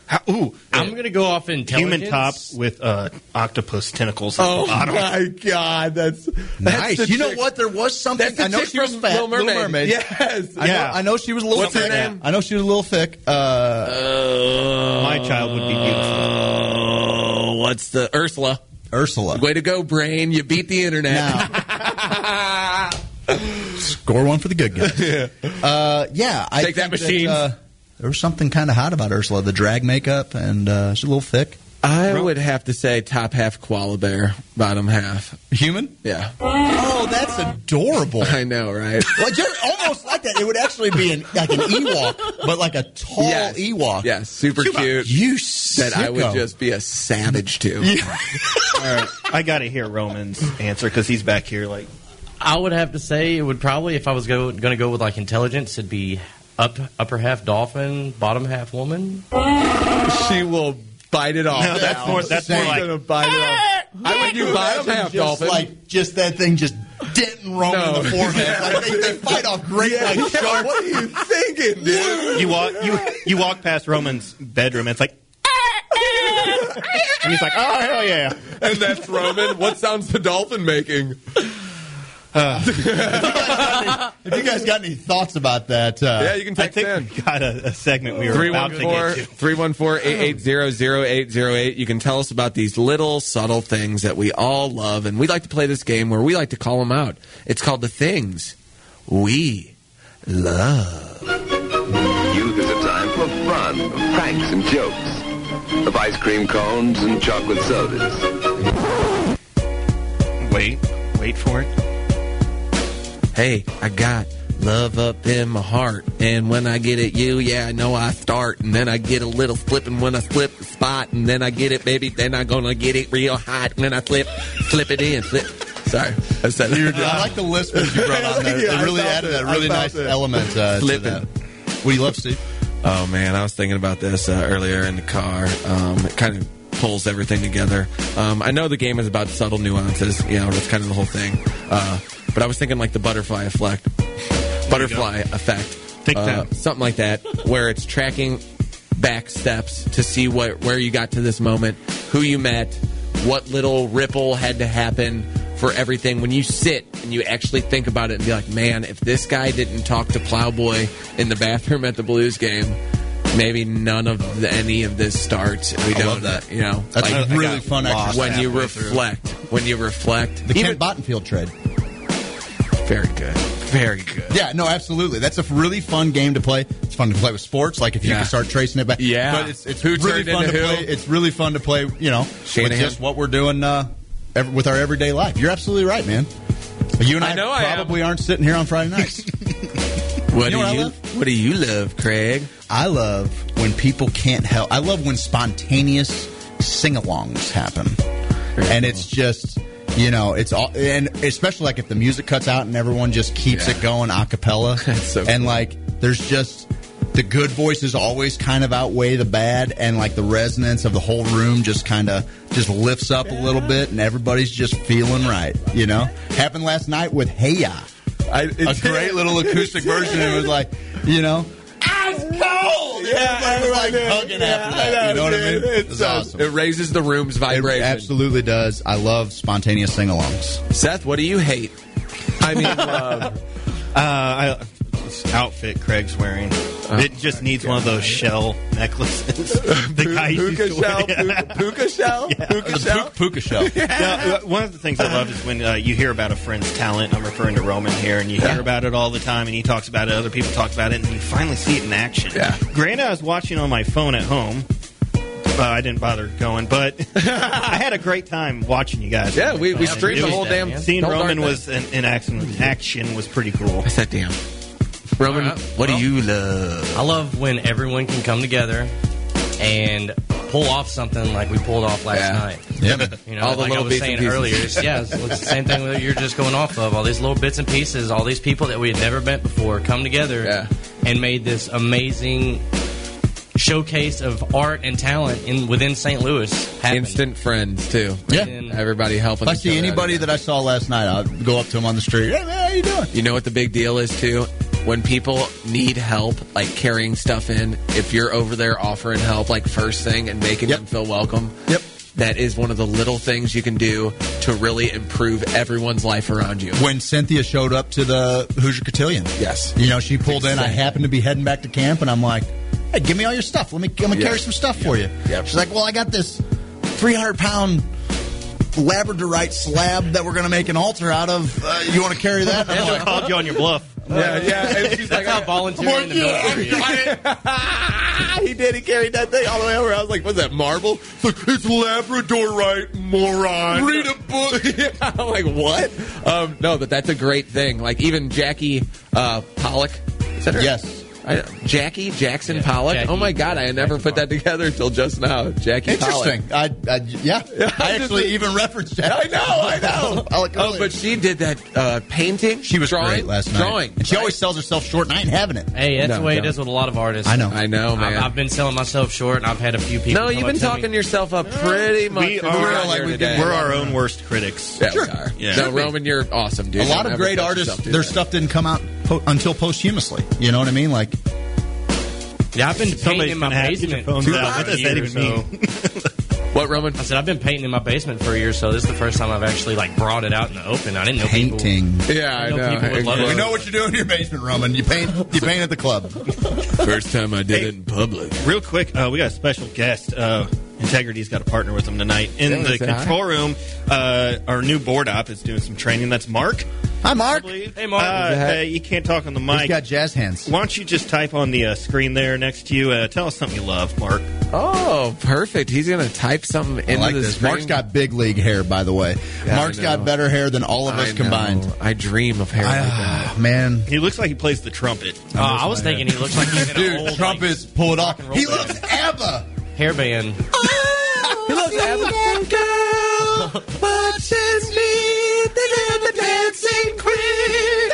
[SPEAKER 6] How, ooh,
[SPEAKER 7] I'm gonna go off intelligence.
[SPEAKER 6] human top with uh, octopus tentacles. at the
[SPEAKER 5] *laughs* Oh
[SPEAKER 6] bottom. *laughs*
[SPEAKER 5] my god, that's, that's the
[SPEAKER 4] Nice. You know
[SPEAKER 5] chick-
[SPEAKER 4] what? There was something.
[SPEAKER 5] That's the
[SPEAKER 4] I know
[SPEAKER 5] chick
[SPEAKER 4] she was
[SPEAKER 5] from
[SPEAKER 4] fat.
[SPEAKER 5] Little Mermaid.
[SPEAKER 4] Yes. I
[SPEAKER 6] Yeah.
[SPEAKER 4] Know, I know she was a little
[SPEAKER 5] What's her
[SPEAKER 4] thick.
[SPEAKER 5] name? Uh,
[SPEAKER 4] I know she was a little thick. Uh,
[SPEAKER 6] my child would be beautiful.
[SPEAKER 5] Oh, what's the Ursula?
[SPEAKER 4] Ursula.
[SPEAKER 5] Way to go, brain! You beat the internet. *laughs*
[SPEAKER 4] Now- Score one for the good
[SPEAKER 5] *laughs*
[SPEAKER 4] guys. yeah. Uh, yeah. I
[SPEAKER 5] Take that
[SPEAKER 4] think
[SPEAKER 5] machine.
[SPEAKER 4] uh, there was something kind of hot about Ursula. The drag makeup, and uh, she's a little thick.
[SPEAKER 5] I would have to say top half koala bear, bottom half.
[SPEAKER 4] Human?
[SPEAKER 5] Yeah,
[SPEAKER 4] Oh, that's adorable.
[SPEAKER 5] *laughs* I know, right?
[SPEAKER 4] Well, you're almost like that. It would actually be an, like an Ewok, but like a tall
[SPEAKER 5] Yes.
[SPEAKER 4] Ewok.
[SPEAKER 5] Yeah, super cute.
[SPEAKER 4] You
[SPEAKER 5] that I would
[SPEAKER 4] sicko.
[SPEAKER 5] just be a savage to.
[SPEAKER 6] All right, I got to hear Roman's answer because he's back here. Like,
[SPEAKER 7] I would have to say it would probably, if I was go, gonna go with like intelligence, it'd be up upper half dolphin, bottom half woman.
[SPEAKER 5] She will bite it off.
[SPEAKER 6] no, that's more. That's more
[SPEAKER 4] Same.
[SPEAKER 6] like.
[SPEAKER 5] bite it off. I would do bottom
[SPEAKER 4] Imagine
[SPEAKER 5] half
[SPEAKER 4] just
[SPEAKER 5] dolphin.
[SPEAKER 4] like just that thing just denting Roman
[SPEAKER 5] No.
[SPEAKER 4] in the
[SPEAKER 5] *laughs*
[SPEAKER 4] forehead. Like they, they fight off great *laughs* like sharks.
[SPEAKER 5] what are you thinking, dude?
[SPEAKER 6] You walk. You you walk past Roman's bedroom. It's like. and he's like, oh hell yeah!
[SPEAKER 5] And that's Roman. What *laughs* sounds the dolphin making?
[SPEAKER 4] If you guys got any thoughts about that, uh,
[SPEAKER 5] Yeah, you can
[SPEAKER 6] I
[SPEAKER 5] text
[SPEAKER 6] think
[SPEAKER 5] in.
[SPEAKER 6] we got a, a segment we were about to get to.
[SPEAKER 5] 314-880-0808. You can tell us about these little subtle things that we all love, and we like to play this game where we like to call them out. It's called the things we love.
[SPEAKER 8] Youth is a time for fun, of pranks and jokes, of ice cream cones and chocolate sodas.
[SPEAKER 6] Wait, wait for it.
[SPEAKER 5] Hey, I got love up in my heart, and when I get at you, yeah, I know I start, and then I get a little slip, and when I slip, the spot, and then I get it, baby, then I gonna get it real hot, and then I slip, slip it in, slip. Sorry, I said
[SPEAKER 4] you're- *laughs* I like the list that you *laughs* brought on there.
[SPEAKER 5] Yeah, I
[SPEAKER 4] it really
[SPEAKER 5] felt
[SPEAKER 4] added
[SPEAKER 5] it.
[SPEAKER 4] that really
[SPEAKER 5] I felt
[SPEAKER 4] nice
[SPEAKER 5] it.
[SPEAKER 4] element uh, to
[SPEAKER 5] Flipping.
[SPEAKER 4] that. What do you love, Steve?
[SPEAKER 5] Oh man, I was thinking about this uh, earlier in the car. Um, it kind of pulls everything together. Um, I know the game is about subtle nuances, you know, that's kind of the whole thing. Uh, but I was thinking like the butterfly effect, butterfly effect,
[SPEAKER 6] Take
[SPEAKER 5] uh,
[SPEAKER 6] that.
[SPEAKER 5] something like that, where it's tracking back steps to see what where you got to this moment, who you met, what little ripple had to happen for everything. When you sit and you actually think about it and be like, man, if this guy didn't talk to Plowboy in the bathroom at the Blues game, maybe none of the, any of this starts. We don't,
[SPEAKER 4] love that.
[SPEAKER 5] you know,
[SPEAKER 4] That's
[SPEAKER 5] like,
[SPEAKER 4] a really fun exercise.
[SPEAKER 5] when you reflect, when you reflect,
[SPEAKER 4] the
[SPEAKER 5] even,
[SPEAKER 4] Ken Bottenfield trade.
[SPEAKER 5] very good, very good.
[SPEAKER 4] Yeah, no, absolutely. That's a really fun game to play. It's fun to play with sports, like if you
[SPEAKER 5] Yeah.
[SPEAKER 4] can start tracing it back.
[SPEAKER 5] Yeah.
[SPEAKER 4] but it's, it's
[SPEAKER 5] Who
[SPEAKER 4] really
[SPEAKER 5] turned
[SPEAKER 4] fun to
[SPEAKER 5] into who?
[SPEAKER 4] play. It's really fun to play. You know,
[SPEAKER 5] Shanahan.
[SPEAKER 4] with just what we're doing uh, ev with our everyday life. You're absolutely right, man. You and I,
[SPEAKER 5] I know I am.
[SPEAKER 4] probably aren't sitting here on Friday
[SPEAKER 5] *laughs*
[SPEAKER 4] nights.
[SPEAKER 5] What
[SPEAKER 4] You know what I
[SPEAKER 5] do you,
[SPEAKER 4] love?
[SPEAKER 5] what do you love, Craig?
[SPEAKER 4] I love when people can't help. I love when spontaneous sing-alongs happen, and it's just you know it's all and especially like if the music cuts out and everyone just keeps
[SPEAKER 5] Yeah.
[SPEAKER 4] it going a
[SPEAKER 5] *laughs*
[SPEAKER 4] cappella,
[SPEAKER 5] so
[SPEAKER 4] and
[SPEAKER 5] cool.
[SPEAKER 4] like there's just the good voices always kind of outweigh the bad, and like the resonance of the whole room just kind of just lifts up a little bit, and everybody's just feeling right. You know, happened last night with Hey Ya.
[SPEAKER 5] I,
[SPEAKER 4] A great little acoustic version. *laughs* It was like, you know, Everybody was like hugging after that. you know what I mean? It's, awesome.
[SPEAKER 5] It raises the room's vibration.
[SPEAKER 4] absolutely does. I love spontaneous sing-alongs.
[SPEAKER 5] Seth, what do you hate? I mean, uh,
[SPEAKER 6] Uh, I, this outfit Uh, Craig's wearing. it just needs one of those shell necklaces. *laughs* *laughs* the guy used
[SPEAKER 5] Puka
[SPEAKER 6] to
[SPEAKER 5] shell,
[SPEAKER 6] *laughs* wear.
[SPEAKER 5] puka, puka shell, puka shell.
[SPEAKER 4] Puka shell.
[SPEAKER 5] *laughs*
[SPEAKER 6] Now, uh, one of the things I love is when uh, you hear about a friend's talent. I'm referring to Roman here, and you hear about it all the time, and he talks about it. Other people talk about it, and you finally see it in action.
[SPEAKER 5] Yeah.
[SPEAKER 6] Granted, I was watching on my phone at home. Uh, I didn't bother going, but *laughs* I had a great time watching you guys.
[SPEAKER 5] Yeah, we, we
[SPEAKER 6] Um,
[SPEAKER 5] streamed
[SPEAKER 6] it
[SPEAKER 5] the
[SPEAKER 6] was-
[SPEAKER 5] whole damn.
[SPEAKER 6] Seeing
[SPEAKER 5] don't
[SPEAKER 6] Roman
[SPEAKER 5] dark
[SPEAKER 6] was in, in action, action was pretty cool.
[SPEAKER 5] that. I said, "Damn, Roman,
[SPEAKER 7] All right,
[SPEAKER 5] what
[SPEAKER 7] well.
[SPEAKER 5] do you love?"
[SPEAKER 7] I love when everyone can come together and pull off something like we pulled off last
[SPEAKER 5] Yeah. *laughs*
[SPEAKER 7] night. You know,
[SPEAKER 5] All the
[SPEAKER 7] like I
[SPEAKER 5] little
[SPEAKER 7] was
[SPEAKER 5] bits and
[SPEAKER 7] saying
[SPEAKER 5] pieces.
[SPEAKER 7] earlier, it's- yeah, it's,
[SPEAKER 5] *laughs*
[SPEAKER 7] it's the same thing that you're just going off of. All these little bits and pieces, all these people that we had never met before, come together
[SPEAKER 5] Yeah.
[SPEAKER 7] and made this amazing showcase of art and talent in within St. Louis. Happen.
[SPEAKER 5] Instant friends too.
[SPEAKER 4] Yeah.
[SPEAKER 5] everybody helping.
[SPEAKER 4] If I
[SPEAKER 5] each
[SPEAKER 4] see
[SPEAKER 5] other out
[SPEAKER 4] anybody
[SPEAKER 5] again.
[SPEAKER 4] that I saw last night, I'll go up to him on the street. Hey, man, how you doing?
[SPEAKER 5] You know what the big deal is too? When people need help, like carrying stuff in, if you're over there offering help, like first thing and making
[SPEAKER 4] Yep.
[SPEAKER 5] them feel welcome,
[SPEAKER 4] Yep.
[SPEAKER 5] that is one of the little things you can do to really improve everyone's life around you.
[SPEAKER 4] When Cynthia showed up to the Hoosier Cotillion,
[SPEAKER 5] Yes.
[SPEAKER 4] you know she pulled in. I happened to be heading back to camp, and I'm like, "Hey, give me all your stuff. Let me, I'm gonna
[SPEAKER 5] Yeah.
[SPEAKER 4] carry some stuff for you."
[SPEAKER 5] Yep.
[SPEAKER 4] She's like, "Well, I got this 300 pound labradorite slab that we're gonna make an altar out of. Uh, you want to carry that?" And I'm
[SPEAKER 6] I
[SPEAKER 4] like,
[SPEAKER 6] called you on your bluff.
[SPEAKER 5] Yeah, yeah.
[SPEAKER 7] *laughs*
[SPEAKER 5] she's
[SPEAKER 7] That's how volunteering in the military is.
[SPEAKER 5] *laughs* he did. He carried that thing all the way over. I was like, "What's that marble?" It's like, it's Labradorite, moron. Read a *laughs* book. I'm like, "What?" Um, no, but that's a great thing. Like even Jackie uh, Pollock. Is that her?
[SPEAKER 4] yes.
[SPEAKER 5] I, Jackie Jackson
[SPEAKER 7] Yeah,
[SPEAKER 5] Pollock.
[SPEAKER 7] Jackie-
[SPEAKER 5] oh my God, I never put that together until just now. Jackie
[SPEAKER 4] Interesting. I, I, *laughs* yeah. I actually even referenced that.
[SPEAKER 5] Pollock. I know, I know.
[SPEAKER 4] *laughs* Alec
[SPEAKER 5] oh, but she did that uh, painting.
[SPEAKER 4] She was
[SPEAKER 5] drawing,
[SPEAKER 4] great last night.
[SPEAKER 5] Drawing.
[SPEAKER 4] And she always sells herself short, and I ain't having it.
[SPEAKER 7] Hey, that's
[SPEAKER 5] No,
[SPEAKER 7] the way
[SPEAKER 5] don't.
[SPEAKER 7] it is with a lot of artists.
[SPEAKER 4] I know.
[SPEAKER 5] I know, man.
[SPEAKER 7] I've, I've been selling myself short, and I've had a few people.
[SPEAKER 5] no,
[SPEAKER 7] come
[SPEAKER 5] you've
[SPEAKER 7] up
[SPEAKER 5] been
[SPEAKER 7] to me.
[SPEAKER 5] talking yourself up pretty much.
[SPEAKER 6] We
[SPEAKER 5] since
[SPEAKER 6] are
[SPEAKER 5] got
[SPEAKER 4] like
[SPEAKER 5] here
[SPEAKER 4] we
[SPEAKER 5] today.
[SPEAKER 4] did-
[SPEAKER 6] We're our own worst critics.
[SPEAKER 5] Yeah,
[SPEAKER 4] Sure.
[SPEAKER 5] we are.
[SPEAKER 6] Yeah.
[SPEAKER 5] No,
[SPEAKER 6] Should be.
[SPEAKER 5] Roman, you're awesome, dude.
[SPEAKER 4] a lot
[SPEAKER 5] Don't
[SPEAKER 4] of
[SPEAKER 5] ever
[SPEAKER 4] great
[SPEAKER 5] let
[SPEAKER 4] artists,
[SPEAKER 5] yourself do
[SPEAKER 4] their
[SPEAKER 5] that.
[SPEAKER 4] stuff didn't come out po- until posthumously. You know what I mean? Like,
[SPEAKER 7] Yeah, I've been painting
[SPEAKER 6] Somebody's
[SPEAKER 7] in my
[SPEAKER 6] gonna have to get your
[SPEAKER 7] basement.
[SPEAKER 6] phones
[SPEAKER 7] for
[SPEAKER 6] out.
[SPEAKER 7] about a
[SPEAKER 6] What does
[SPEAKER 7] year
[SPEAKER 6] that
[SPEAKER 7] or
[SPEAKER 6] even
[SPEAKER 7] so.
[SPEAKER 6] mean?
[SPEAKER 5] *laughs* What, Roman?
[SPEAKER 7] I said I've been painting in my basement for a year, so this is the first time I've actually like brought it out in the open. I didn't know people-
[SPEAKER 5] Yeah, I
[SPEAKER 7] I know
[SPEAKER 5] know.
[SPEAKER 7] people would love it.
[SPEAKER 4] You know what you do in your basement, Roman. You paint. You paint at the club.
[SPEAKER 5] First time I did it in public.
[SPEAKER 6] Real quick, uh, we got a special guest. Uh, Integrity's got a partner with them tonight. In
[SPEAKER 5] Yeah,
[SPEAKER 6] the
[SPEAKER 5] is it
[SPEAKER 6] control room, uh, our new board op is doing some training. That's Mark.
[SPEAKER 4] Hi,
[SPEAKER 6] I
[SPEAKER 4] Mark.
[SPEAKER 6] believe.
[SPEAKER 7] Hey, Mark.
[SPEAKER 6] Uh,
[SPEAKER 7] Is
[SPEAKER 5] that-
[SPEAKER 6] hey, you can't talk on the
[SPEAKER 4] He's
[SPEAKER 6] mic.
[SPEAKER 4] got jazz hands.
[SPEAKER 6] Why don't you just type on the uh, screen there next to you? Uh, tell us something you love, Mark.
[SPEAKER 5] Oh, perfect. He's gonna type something
[SPEAKER 4] I
[SPEAKER 5] into
[SPEAKER 4] like
[SPEAKER 5] the
[SPEAKER 4] this.
[SPEAKER 5] screen.
[SPEAKER 4] Mark's got big league hair, by the way.
[SPEAKER 5] Yeah, I
[SPEAKER 4] Mark's
[SPEAKER 5] know.
[SPEAKER 4] got better hair than all of us
[SPEAKER 5] I know.
[SPEAKER 4] combined.
[SPEAKER 5] I dream of hair like
[SPEAKER 6] uh,
[SPEAKER 5] that.
[SPEAKER 4] Ah, man,
[SPEAKER 6] He looks like he plays the trumpet.
[SPEAKER 7] Oh, I was thinking he looks like he's in an old like,
[SPEAKER 4] is pull it off.
[SPEAKER 7] roll
[SPEAKER 4] He
[SPEAKER 7] band.
[SPEAKER 4] loves ABBA.
[SPEAKER 7] hairband.
[SPEAKER 4] Oh,
[SPEAKER 5] He loves African girl. Watches me, the dancing queen.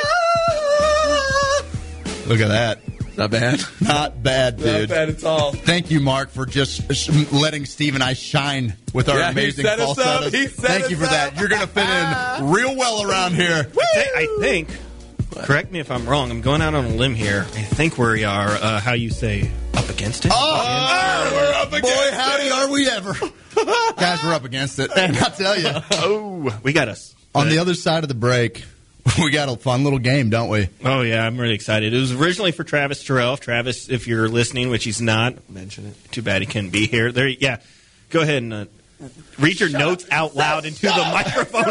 [SPEAKER 4] Look at that.
[SPEAKER 5] Not bad.
[SPEAKER 4] Not bad, dude.
[SPEAKER 5] at all.
[SPEAKER 4] Thank you, Mark, for just sh- letting Steve and I shine with our
[SPEAKER 5] Yeah, he
[SPEAKER 4] amazing
[SPEAKER 5] set us up.
[SPEAKER 4] falsettos.
[SPEAKER 5] He set
[SPEAKER 4] Thank you
[SPEAKER 5] us
[SPEAKER 4] for
[SPEAKER 5] up.
[SPEAKER 4] that. You're going to fit
[SPEAKER 5] *laughs*
[SPEAKER 4] in real well around here.
[SPEAKER 6] I think. Correct me if I'm wrong. I'm going out on a limb here. I think we are. Uh, how you say up against it?
[SPEAKER 4] Oh, we're up against boy, howdy, are we ever? Oh, Guys, we're up against it, *laughs* and I'll tell you.
[SPEAKER 6] *laughs* Oh, we got us.
[SPEAKER 4] On the other side of the break, *laughs* we got a fun little game, don't we?
[SPEAKER 6] Oh yeah, I'm really excited. It was originally for Travis Terrell. Travis, if you're listening, which he's not,
[SPEAKER 5] Mention it.
[SPEAKER 6] too bad he couldn't be here. There, yeah. Go ahead and uh, read your notes out loud into the microphone.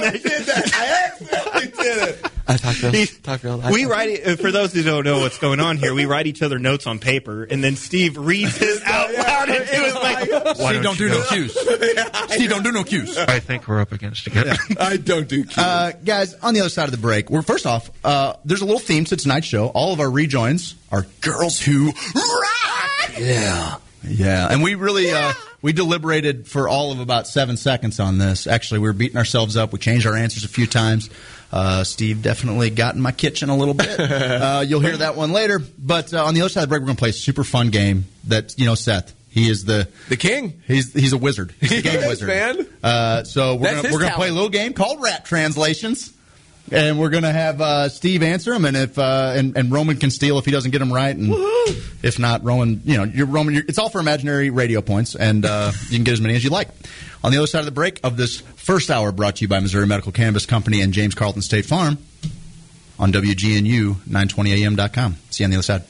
[SPEAKER 5] *laughs* I talked real.
[SPEAKER 6] He-
[SPEAKER 5] talked real. I
[SPEAKER 6] we
[SPEAKER 5] talked-
[SPEAKER 6] write it, for those who don't know what's going on here. We write each other notes on paper, and then Steve reads his out loud into his microphone.
[SPEAKER 4] She don't do no
[SPEAKER 8] *laughs*
[SPEAKER 4] cues. She don't do no cues.
[SPEAKER 6] I think we're up against it.
[SPEAKER 5] I don't do. Cues.
[SPEAKER 4] Uh, guys, on the other side of the break, we're first off, uh, there's a little theme to tonight's show. All of our rejoins are girls who rock. Yeah. Yeah. And we really, uh, we deliberated for all of about seven seconds on this. Actually, we were beating ourselves up. We changed our answers a few times. Uh, Steve definitely got in my kitchen a little
[SPEAKER 5] *laughs*
[SPEAKER 4] bit. uh, you'll hear that one later. But uh, on the other side of the break, we're going to play a super fun game that, you know, Seth, he is the.
[SPEAKER 5] the king.
[SPEAKER 4] He's he's a wizard. He's a
[SPEAKER 5] *laughs* He
[SPEAKER 4] game
[SPEAKER 5] is,
[SPEAKER 4] wizard,
[SPEAKER 5] man.
[SPEAKER 4] Uh, so we're
[SPEAKER 5] That's
[SPEAKER 4] gonna,
[SPEAKER 5] his
[SPEAKER 4] we're gonna play a
[SPEAKER 5] talent.
[SPEAKER 4] little game called Rap Translations, and we're gonna have uh, Steve answer them, and if uh, and, and Roman can steal if he doesn't get them right, and if not, Roman, you know, you're Roman. You're, it's all for imaginary radio points, and uh, you can get as many as you like. On the other side of the break of this first hour, brought to you by Missouri Medical Cannabis Company and James Carlton State Farm on WGNU 920am.com. See you on the other side.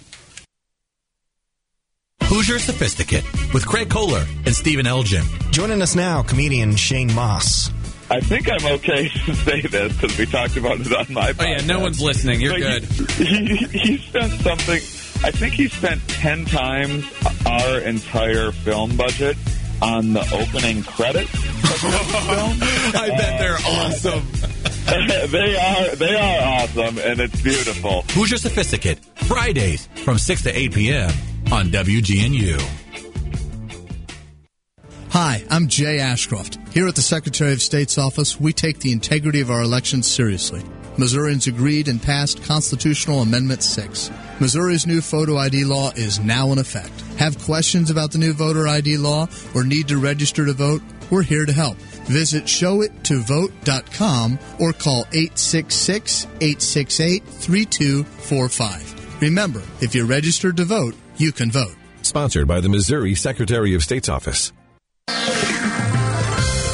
[SPEAKER 9] Hoosier Sophisticate with Craig Kohler and Stephen Elgin.
[SPEAKER 10] Joining us now, comedian Shane Moss.
[SPEAKER 1] I think I'm okay to say this because we talked about it on my.
[SPEAKER 5] Oh yeah, no one's listening. You're
[SPEAKER 1] But
[SPEAKER 5] good.
[SPEAKER 1] He, he, he spent something. I think he spent ten times our entire film budget on the opening credits. *laughs*
[SPEAKER 5] I bet they're awesome.
[SPEAKER 1] they are they are awesome, and it's beautiful.
[SPEAKER 9] Hoosier Sophisticate, Fridays from 6 to 8 p.m. on WGNU.
[SPEAKER 11] Hi, I'm Jay Ashcroft. Here at the Secretary of State's office, we take the integrity of our elections seriously. Missourians agreed and passed Constitutional Amendment 6. Missouri's new photo ID law is now in effect. Have questions about the new voter ID law or need to register to vote? We're here to help. Visit showittovote.com or call 866 868 3245. Remember, if you're registered to vote, you can vote.
[SPEAKER 12] Sponsored by the Missouri Secretary of State's office.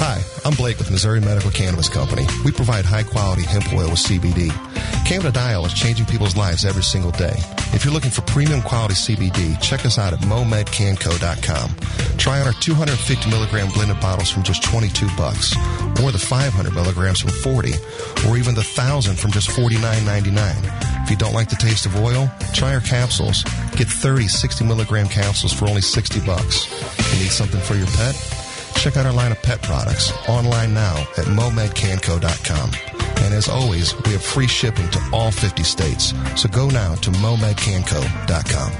[SPEAKER 13] Hi, I'm Blake with Missouri Medical Cannabis Company. We provide high quality hemp oil with CBD. Cannabidiol is changing people's lives every single day. If you're looking for premium quality CBD, check us out at momedcanco.com. Try out our 250 milligram blended bottles from just 22 bucks, or the 500 milligrams from 40, or even the 1000 from just 49.99. If you don't like the taste of oil, try our capsules. Get 30 60 milligram capsules for only 60 bucks. You need something for your pet? Check out our line of pet products online now at momedcanco.com. And as always, we have free shipping to all 50 states. So go now to momedcanco.com.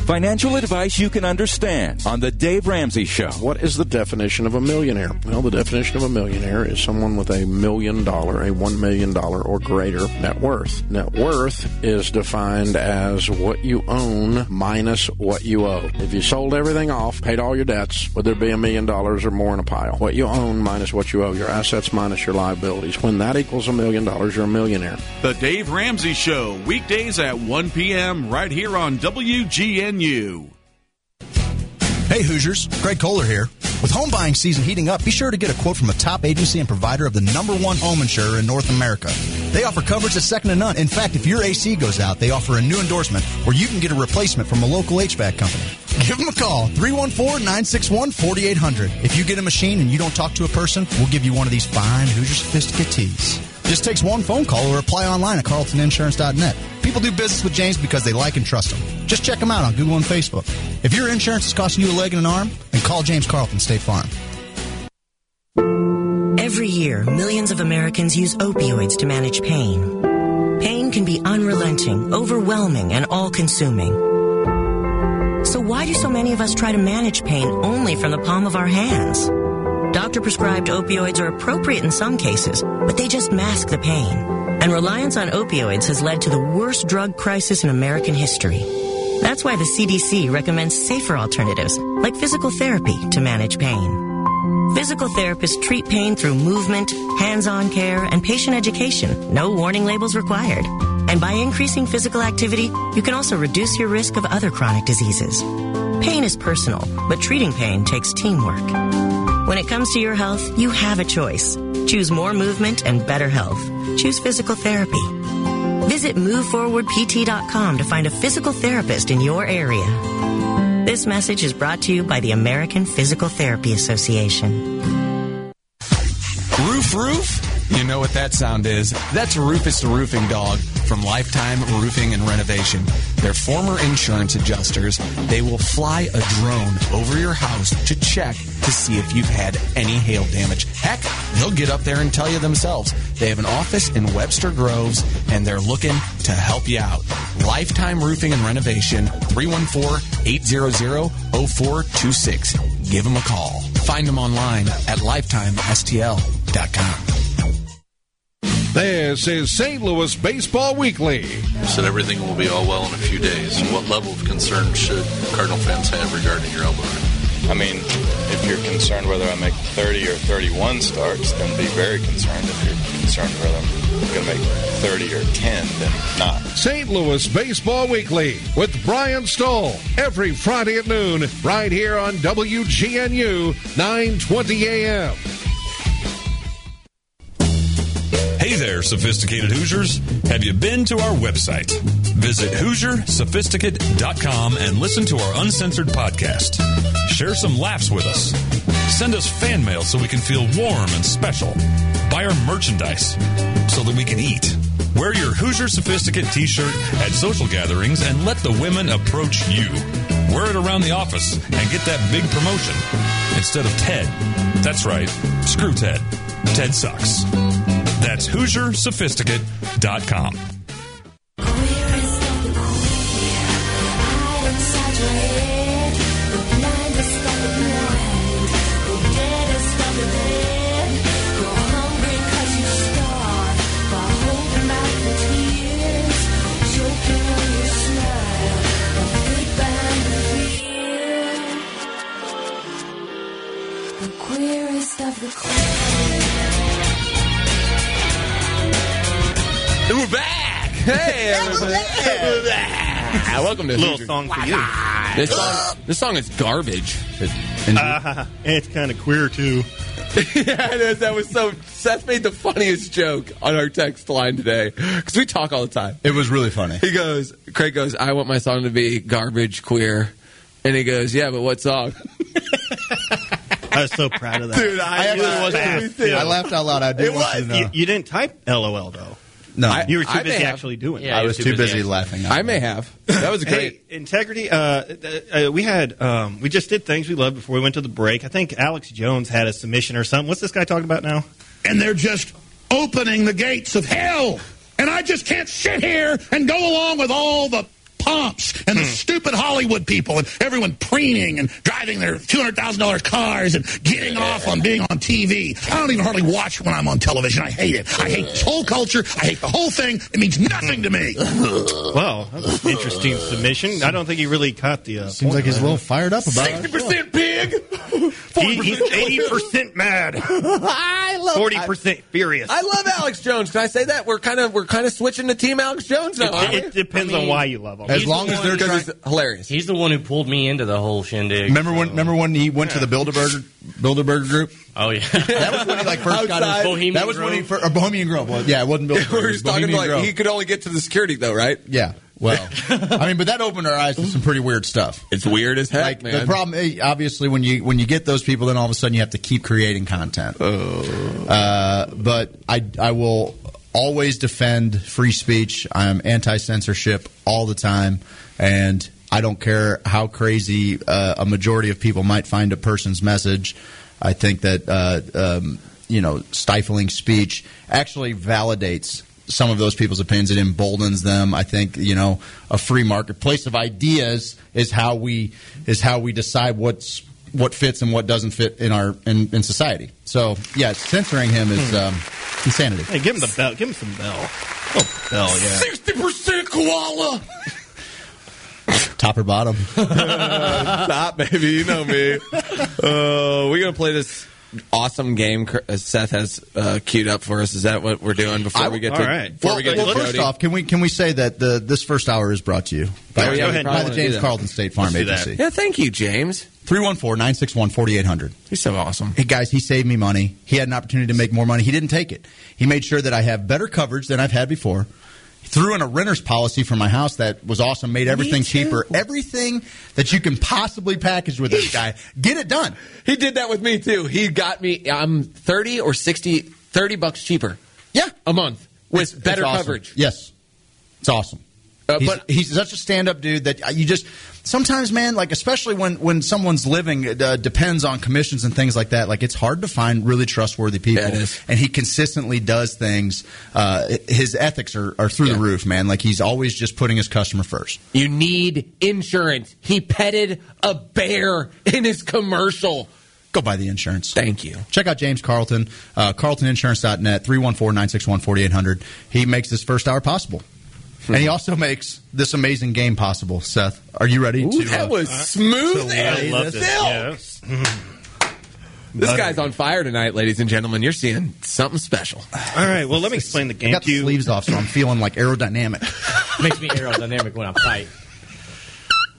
[SPEAKER 14] Financial advice you can understand on The Dave Ramsey Show.
[SPEAKER 15] What is the definition of a millionaire? Well, the definition of a millionaire is someone with a million dollar, a one million dollar or greater net worth. Net worth is defined as what you own minus what you owe. If you sold everything off, paid all your debts, would there be a million dollars or more in a pile? What you own minus what you owe, your assets minus your liabilities. When that equals a million dollars, you're a millionaire.
[SPEAKER 16] The Dave Ramsey Show, weekdays at 1 p.m. right here on WGNU.
[SPEAKER 10] Hey Hoosiers, Greg Kohler here.
[SPEAKER 4] With home buying season heating up, be sure to get a quote from a top agency and provider of the number one home insurer in North America. They offer coverage that's second to none. In fact, if your AC goes out, they offer a new endorsement where you can get a replacement from a local HVAC company. Give them a call, 314-961-4800. If you get a machine and you don't talk to a person, we'll give you one of these fine Hoosier sophisticated teas. Just takes one phone call or apply online at carltoninsurance.net. People do business with James because they like and trust him. Just check him out on Google and Facebook. If your insurance is costing you a leg and an arm, then call James Carlton State Farm.
[SPEAKER 17] *laughs* Every year, millions of Americans use opioids to manage pain. Pain can be unrelenting, overwhelming, and all consuming. So, why do so many of us try to manage pain only from the palm of our hands? Doctor prescribed opioids are appropriate in some cases, but they just mask the pain. And reliance on opioids has led to the worst drug crisis in American history. That's why the CDC recommends safer alternatives, like physical therapy, to manage pain. Physical therapists treat pain through movement, hands-on care, and patient education. No warning labels required. And by increasing physical activity, you can also reduce your risk of other chronic diseases. Pain is personal, but treating pain takes teamwork. When it comes to your health, you have a choice. Choose more movement and better health. Choose physical therapy. Visit moveforwardpt.com to find a physical therapist in your area. This message is brought to you by the American Physical Therapy Association.
[SPEAKER 5] Roof, roof? You know what that sound is. That's Rufus the Roofing Dog from Lifetime Roofing and Renovation. Their former insurance adjusters, they will fly a drone over your house to check to see if you've had any hail damage. Heck, they'll get up there and tell you themselves. They have an office in Webster Groves and they're looking to help you out. Lifetime Roofing and Renovation, 314-800-0426. Give them a call. Find them online at lifetimestl.com.
[SPEAKER 18] This is St. Louis Baseball Weekly.
[SPEAKER 19] said everything will be all well in a few days. What level of concern should Cardinal fans have regarding your elbow?
[SPEAKER 8] I mean, if you're concerned whether I make 30 or 31 starts, then be very concerned. If you're concerned whether I'm going to make 30 or 10, then not.
[SPEAKER 18] St. Louis Baseball Weekly with Brian Stoll every Friday at noon right here on WGNU 920 AM.
[SPEAKER 20] Hey,
[SPEAKER 1] Hey there, sophisticated Hoosiers. Have you been to our website? Visit HoosierSophisticate.com and listen to our uncensored podcast. Share some laughs with us. Send us fan mail so we can feel warm and special. Buy our merchandise so that we can eat. Wear your Hoosier Sophisticate t shirt at social gatherings and let the women approach you. Wear it around the office and get that big promotion instead of Ted. That's right, screw Ted. Ted sucks. That's HoosierSophisticate.com.
[SPEAKER 8] Of the queer.
[SPEAKER 5] And we're back. Hey, everybody. We're back. *laughs* Welcome to
[SPEAKER 6] Little
[SPEAKER 5] Hoosier.
[SPEAKER 6] song for you.
[SPEAKER 5] This song, this song is garbage. Uh,
[SPEAKER 6] Ah, it's kind of queer too.
[SPEAKER 5] *laughs* yeah, it is. That was so. Seth made the funniest joke on our text line today because we talk all the time.
[SPEAKER 4] It was really funny.
[SPEAKER 5] He goes, Craig goes, I want my song to be garbage queer, and he goes, Yeah, but what song?
[SPEAKER 6] *laughs* I was so proud of that.
[SPEAKER 5] Dude, I
[SPEAKER 6] actually
[SPEAKER 5] laughed.
[SPEAKER 6] was
[SPEAKER 5] Me
[SPEAKER 6] too.
[SPEAKER 5] too. I laughed out loud. I do
[SPEAKER 6] It
[SPEAKER 5] want
[SPEAKER 6] was.
[SPEAKER 5] you to know.
[SPEAKER 6] You, you didn't type LOL though.
[SPEAKER 4] No.
[SPEAKER 21] *laughs*
[SPEAKER 6] you were too
[SPEAKER 5] I may
[SPEAKER 6] busy
[SPEAKER 5] have.
[SPEAKER 6] actually doing. it.
[SPEAKER 5] Yeah, I you was was too too busy busy. laughing. I may have. That was a great-
[SPEAKER 6] Hey, integrity. Uh, uh, uh, we had um, we just did things we loved before we went to the break. I think Alex Jones had a submission or something. What's this guy talking about now?
[SPEAKER 21] And they're just opening the gates of hell. And I just can't sit here and go along with all the pumps and the stupid Hollywood people and everyone preening and driving their $200,000 cars and getting off on being on TV. I don't even hardly watch when I'm on television. I hate it. I hate this whole culture. I hate the whole thing. It means nothing to
[SPEAKER 6] *laughs*
[SPEAKER 21] me.
[SPEAKER 6] Well, that's an interesting submission. I don't think he really caught the. Uh,
[SPEAKER 4] Seems like he's a little fired up about it.
[SPEAKER 6] percent pig. He's eighty percent mad.
[SPEAKER 5] *laughs* I love
[SPEAKER 6] Forty percent furious.
[SPEAKER 5] I love Alex Jones. Can I say that? We're kind of we're kind of switching to Team Alex Jones now.
[SPEAKER 6] It-
[SPEAKER 5] aren't we?
[SPEAKER 6] it depends
[SPEAKER 7] on why you love him. As long as they're
[SPEAKER 5] Because
[SPEAKER 7] trying-
[SPEAKER 5] it's hilarious.
[SPEAKER 7] He's the one who pulled me into the whole shindig.
[SPEAKER 4] Remember when? Remember when he went to the Bilderberger Bilderberger group?
[SPEAKER 7] Oh yeah,
[SPEAKER 4] that was when he like first got
[SPEAKER 5] Outside.
[SPEAKER 4] his
[SPEAKER 5] Bohemian
[SPEAKER 4] that was when he fir- or Bohemian Grove. Well, yeah, it
[SPEAKER 5] *laughs*
[SPEAKER 4] wasn't Bilderberger.
[SPEAKER 5] We're
[SPEAKER 4] it was
[SPEAKER 5] just talking
[SPEAKER 4] Bohemian
[SPEAKER 5] like
[SPEAKER 4] Grove.
[SPEAKER 5] he could only get to the security though, right?
[SPEAKER 4] Yeah. Well, I mean, but that opened our eyes to some pretty weird stuff.
[SPEAKER 5] *laughs* It's weird as heck,
[SPEAKER 4] like
[SPEAKER 5] man.
[SPEAKER 4] the problem, eh, obviously, when you when you get those people, then all of a sudden you have to keep creating content.
[SPEAKER 5] Oh.
[SPEAKER 4] Uh, but I I will always defend free speech. I'm anti censorship all the time, and I don't care how crazy uh, a majority of people might find a person's message. I think that uh, um, you know stifling speech actually validates some of those people's opinions. It emboldens them. I think you know a free marketplace of ideas is how we is how we decide what's what fits and what doesn't fit in our in, in society. So yeah, censoring him is um, insanity.
[SPEAKER 6] Hey, give him the bell. Give him some bell. Oh, bell, yeah.
[SPEAKER 21] Sixty percent koala.
[SPEAKER 4] Top or
[SPEAKER 5] *laughs*
[SPEAKER 4] bottom?
[SPEAKER 5] Stop, baby. You
[SPEAKER 4] *laughs*
[SPEAKER 5] know me. Uh, we're gonna play this awesome game Cr- uh, Seth has uh, queued up for us. Is that what we're doing before we get to? Before
[SPEAKER 4] Well,
[SPEAKER 5] we get
[SPEAKER 4] well,
[SPEAKER 5] to
[SPEAKER 4] first
[SPEAKER 5] Brody?
[SPEAKER 4] off, can we can we say that the this first hour is brought to you by,
[SPEAKER 5] Oh, yeah, we
[SPEAKER 4] by
[SPEAKER 5] probably
[SPEAKER 4] the
[SPEAKER 5] wanna
[SPEAKER 4] James
[SPEAKER 5] do that.
[SPEAKER 4] Carlton State Farm
[SPEAKER 5] Let's do that.
[SPEAKER 4] Agency?
[SPEAKER 5] Yeah, thank you, James.
[SPEAKER 4] 314-961-4800.
[SPEAKER 5] He's so awesome.
[SPEAKER 4] Hey guys, he saved me money. He had an opportunity to make more money. He didn't take it. He made sure that I have better coverage than I've had before. He threw in a renter's policy for my house that was awesome, made everything cheaper. Everything that you can possibly package with this guy. Get it done.
[SPEAKER 5] He did that with me too. He got me. I'm thirty or 60, 30 bucks cheaper.
[SPEAKER 4] Yeah,
[SPEAKER 5] a month with
[SPEAKER 4] It's- it's
[SPEAKER 5] better
[SPEAKER 4] awesome.
[SPEAKER 5] coverage.
[SPEAKER 4] Yes, it's awesome.
[SPEAKER 5] Uh,
[SPEAKER 4] he's,
[SPEAKER 5] but-
[SPEAKER 4] he's such a stand-up dude that uh, you just sometimes, man, like especially when when someone's living uh, depends on commissions and things like that. Like it's hard to find really trustworthy people,
[SPEAKER 5] Yeah, it is.
[SPEAKER 4] and he consistently does things. Uh, his ethics are, are through the roof, man. Like he's always just putting his customer first.
[SPEAKER 5] You need insurance. He petted a bear in his commercial.
[SPEAKER 4] Go buy the insurance.
[SPEAKER 5] Thank you.
[SPEAKER 4] Check out James Carlton, uh, carltoninsurance.net, 314-961-4800. He makes this first hour possible.
[SPEAKER 5] Hmm.
[SPEAKER 4] And he also makes this amazing game possible, Seth. Are you ready?
[SPEAKER 5] Ooh,
[SPEAKER 4] to,
[SPEAKER 5] that
[SPEAKER 4] uh,
[SPEAKER 5] was smooth
[SPEAKER 4] to
[SPEAKER 5] as
[SPEAKER 4] lay this
[SPEAKER 5] silk.
[SPEAKER 6] Mm-hmm.
[SPEAKER 5] This guy's on fire tonight, ladies and gentlemen. You're seeing something special.
[SPEAKER 6] All right. Well, let me explain the
[SPEAKER 4] I
[SPEAKER 6] game
[SPEAKER 4] got
[SPEAKER 6] to
[SPEAKER 4] the
[SPEAKER 6] you.
[SPEAKER 4] sleeves off, so I'm feeling like
[SPEAKER 5] *laughs*
[SPEAKER 4] aerodynamic.
[SPEAKER 7] Makes me aerodynamic when I fight.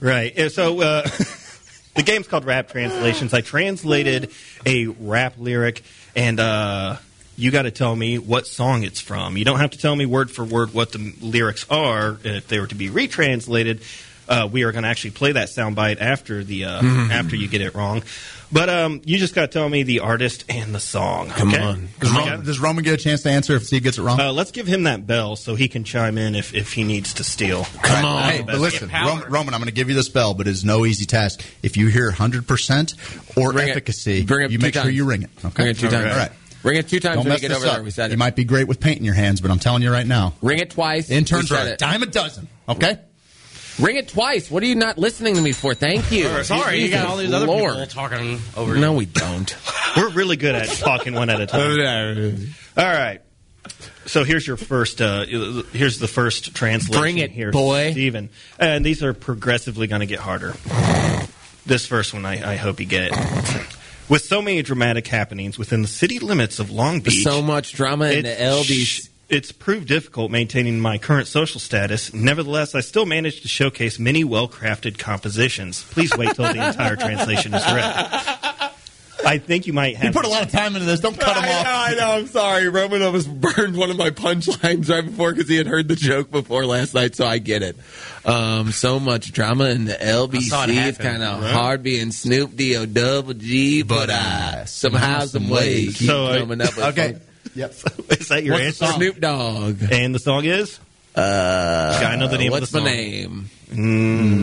[SPEAKER 6] Right. Yeah, So uh, *laughs* the game's called Rap Translations. I translated a rap lyric, and uh, you got to tell me what song it's from. You don't have to tell me word for word what the lyrics are, and if they were to be retranslated, uh, we are going to actually play that soundbite after the uh,
[SPEAKER 21] Mm-hmm.
[SPEAKER 3] Mm.
[SPEAKER 6] after you get it wrong. But um, you just got to tell me the artist and the song.
[SPEAKER 21] Come
[SPEAKER 6] okay?
[SPEAKER 21] on. Does, Roman, does Roman get a chance to answer if he gets it wrong?
[SPEAKER 6] Uh, let's give him that bell so he can chime in if, if he needs to steal.
[SPEAKER 21] Come on. Hey, but listen, Roman, Roman, I'm going to give you this bell, but it's no easy task. If you hear 100% or
[SPEAKER 5] Ring it.
[SPEAKER 21] efficacy,
[SPEAKER 5] Bring it
[SPEAKER 21] you
[SPEAKER 5] two
[SPEAKER 21] make sure
[SPEAKER 5] times.
[SPEAKER 21] you ring it. Okay?
[SPEAKER 5] Ring it two times.
[SPEAKER 21] All right.
[SPEAKER 5] Ring it two times
[SPEAKER 21] Don't
[SPEAKER 5] when
[SPEAKER 21] mess
[SPEAKER 5] you get
[SPEAKER 21] this
[SPEAKER 5] over
[SPEAKER 21] up.
[SPEAKER 5] there. We said
[SPEAKER 21] You
[SPEAKER 5] it.
[SPEAKER 21] might be great with paint in your hands, but I'm telling you right now.
[SPEAKER 5] Ring it twice.
[SPEAKER 21] Interns
[SPEAKER 5] We said
[SPEAKER 21] are a
[SPEAKER 5] it.
[SPEAKER 21] dime a dozen. Okay?
[SPEAKER 5] Ring it twice. What are you not listening to me for? Thank you.
[SPEAKER 7] Sorry, you got
[SPEAKER 5] Jesus
[SPEAKER 7] all these other
[SPEAKER 5] Lord.
[SPEAKER 7] people talking over.
[SPEAKER 5] No, we don't.
[SPEAKER 6] *laughs* We're really good at talking one at a
[SPEAKER 5] *laughs*
[SPEAKER 6] time. All right. So here's your first. Uh, here's the first translation.
[SPEAKER 5] Bring it,
[SPEAKER 6] here,
[SPEAKER 5] boy.
[SPEAKER 6] Steven. And these are progressively going to get harder. This first one, I, I hope you get it. With so many dramatic happenings within the city limits of Long Beach,
[SPEAKER 5] So much drama in the LBC.
[SPEAKER 6] it's proved difficult maintaining my current social status. Nevertheless, I still managed to showcase many well-crafted compositions. Please wait till the entire translation is
[SPEAKER 21] *laughs*
[SPEAKER 6] read. I think you might have.
[SPEAKER 21] You put a lot of time into this. Don't cut him off.
[SPEAKER 5] I know. I'm sorry. Roman almost *laughs* burned one of my punchlines right before because he had heard the joke before last night, so I get it. Um, so much drama in the
[SPEAKER 7] saw it
[SPEAKER 5] LBC. It's
[SPEAKER 7] happen,
[SPEAKER 5] kind of
[SPEAKER 7] right?
[SPEAKER 5] hard being Snoop D-O double G, but
[SPEAKER 21] uh,
[SPEAKER 5] I somehow, some way, keep
[SPEAKER 6] So, uh,
[SPEAKER 5] coming up with
[SPEAKER 6] okay.
[SPEAKER 5] fun-
[SPEAKER 21] Yep.
[SPEAKER 6] *laughs* Is that your
[SPEAKER 5] What's
[SPEAKER 6] answer?
[SPEAKER 5] the song? Snoop Dogg.
[SPEAKER 6] And the song is?
[SPEAKER 5] Uh,
[SPEAKER 6] I know the name
[SPEAKER 5] what's
[SPEAKER 6] of the song.
[SPEAKER 5] my name?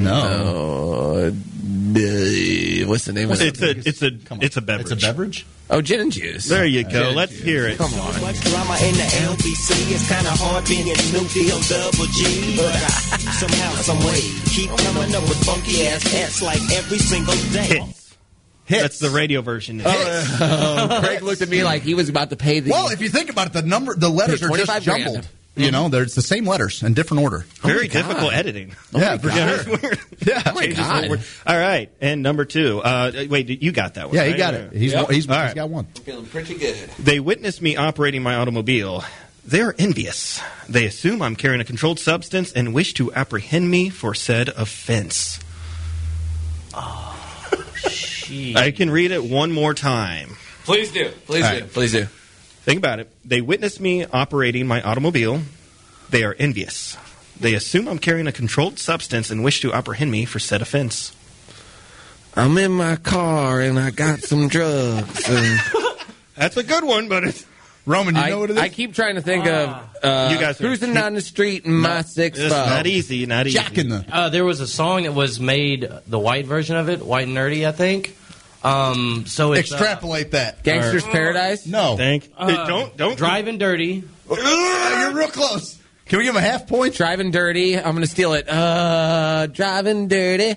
[SPEAKER 21] No.
[SPEAKER 5] Mm, Uh, d- what's the name of
[SPEAKER 6] It's a
[SPEAKER 5] it?
[SPEAKER 6] it's a it's a beverage.
[SPEAKER 5] It's a
[SPEAKER 21] beverage.
[SPEAKER 5] Oh, gin and juice.
[SPEAKER 6] There you
[SPEAKER 5] Gin
[SPEAKER 6] go.
[SPEAKER 5] and
[SPEAKER 6] Let's
[SPEAKER 5] juice.
[SPEAKER 6] hear it.
[SPEAKER 5] Come on.
[SPEAKER 8] much drama in the LBC. It's kind of hard being Snoop D-O double G, but I somehow, some way, keep coming up with funky ass hits like every single day.
[SPEAKER 6] That's the radio version.
[SPEAKER 5] Oh, *laughs* Craig looked at me like he was about to pay the.
[SPEAKER 21] Well, if you think about it, the number, the letters are just
[SPEAKER 5] 25 grand.
[SPEAKER 21] jumbled. You know, they're- it's the same letters in different order.
[SPEAKER 6] *laughs*
[SPEAKER 5] Oh
[SPEAKER 21] Oh
[SPEAKER 6] Very difficult editing. Oh
[SPEAKER 21] yeah, for
[SPEAKER 6] Yeah,
[SPEAKER 21] sure.
[SPEAKER 5] *laughs*
[SPEAKER 6] Yeah.
[SPEAKER 21] Oh my God.
[SPEAKER 6] All right. And number two. Uh, wait, you got that one.
[SPEAKER 21] Yeah, he
[SPEAKER 6] right?
[SPEAKER 21] got it. He's,
[SPEAKER 6] Yep.
[SPEAKER 21] he's, he's
[SPEAKER 6] All right.
[SPEAKER 21] got one.
[SPEAKER 5] Feeling pretty good.
[SPEAKER 6] They witness me operating my automobile. They are envious. They assume I'm carrying a controlled substance and wish to apprehend me for said offense.
[SPEAKER 5] Oh,
[SPEAKER 6] *laughs* I can read it one more time.
[SPEAKER 5] Please do. Please
[SPEAKER 6] All
[SPEAKER 5] do.
[SPEAKER 6] right.
[SPEAKER 5] Please do.
[SPEAKER 6] Think about it. They witness me operating my automobile. They are envious. They assume I'm carrying a controlled substance and wish to apprehend me for said offense.
[SPEAKER 5] I'm in my car and I got some drugs. And
[SPEAKER 6] *laughs* That's a good one, but it's.
[SPEAKER 21] Roman,
[SPEAKER 5] I, I keep trying to think of uh,
[SPEAKER 6] Ah. You guys are-
[SPEAKER 5] cruising down the street in my six
[SPEAKER 6] It's
[SPEAKER 5] five.
[SPEAKER 6] not easy, not easy.
[SPEAKER 21] Jack in the.
[SPEAKER 7] Uh, there was a song that was made, the white version of it, white and nerdy, I think. Um, so it's uh,
[SPEAKER 21] Extrapolate that.
[SPEAKER 5] Gangster's
[SPEAKER 7] Or-
[SPEAKER 5] Paradise.
[SPEAKER 21] No.
[SPEAKER 6] Thank.
[SPEAKER 7] uh,
[SPEAKER 6] don't don't
[SPEAKER 7] driving dirty.
[SPEAKER 21] Ah, You're real close. Can we give him a half point?
[SPEAKER 5] Driving dirty. I'm gonna steal it. Uh, driving dirty.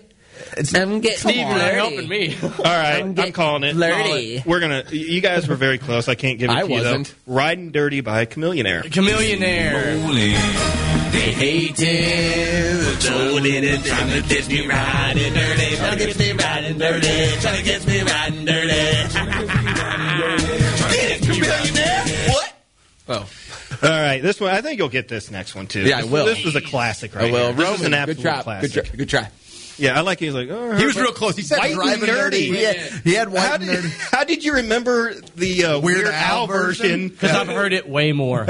[SPEAKER 5] I'm getting
[SPEAKER 7] Steve, you're
[SPEAKER 5] flirty.
[SPEAKER 7] helping me.
[SPEAKER 6] All right, I'm,
[SPEAKER 5] I'm getting
[SPEAKER 6] calling it.
[SPEAKER 5] flirty.
[SPEAKER 6] Call it. We're gonna. You guys were very close. I can't give it
[SPEAKER 5] I
[SPEAKER 6] to
[SPEAKER 5] wasn't.
[SPEAKER 6] you though. Riding dirty by Chameleonaire.
[SPEAKER 7] Chameleonaire.
[SPEAKER 8] They hate it. We're toting it, trying to get me riding dirty, trying to get me riding dirty, trying to get me riding dirty. Millionaire? What?
[SPEAKER 5] Oh,
[SPEAKER 6] All right, this one. I think you'll get this next one too.
[SPEAKER 5] Yeah, I
[SPEAKER 6] This-
[SPEAKER 5] will.
[SPEAKER 6] This is a classic, right?
[SPEAKER 5] oh well.
[SPEAKER 6] here. This
[SPEAKER 5] Roman,
[SPEAKER 6] is an absolute
[SPEAKER 5] good try.
[SPEAKER 6] classic.
[SPEAKER 5] Good try. Good try.
[SPEAKER 6] Yeah, I like. it. He's like. all right,
[SPEAKER 21] He was
[SPEAKER 6] but-
[SPEAKER 21] real close. He said
[SPEAKER 6] White and
[SPEAKER 21] driving
[SPEAKER 6] dirty.
[SPEAKER 21] dirty. He had, he had white
[SPEAKER 6] How
[SPEAKER 21] and
[SPEAKER 6] did,
[SPEAKER 21] dirty.
[SPEAKER 6] *laughs* how did you remember the uh,
[SPEAKER 21] Weird
[SPEAKER 6] Weird, Al
[SPEAKER 21] Al
[SPEAKER 6] version?
[SPEAKER 7] Because I've heard it way more.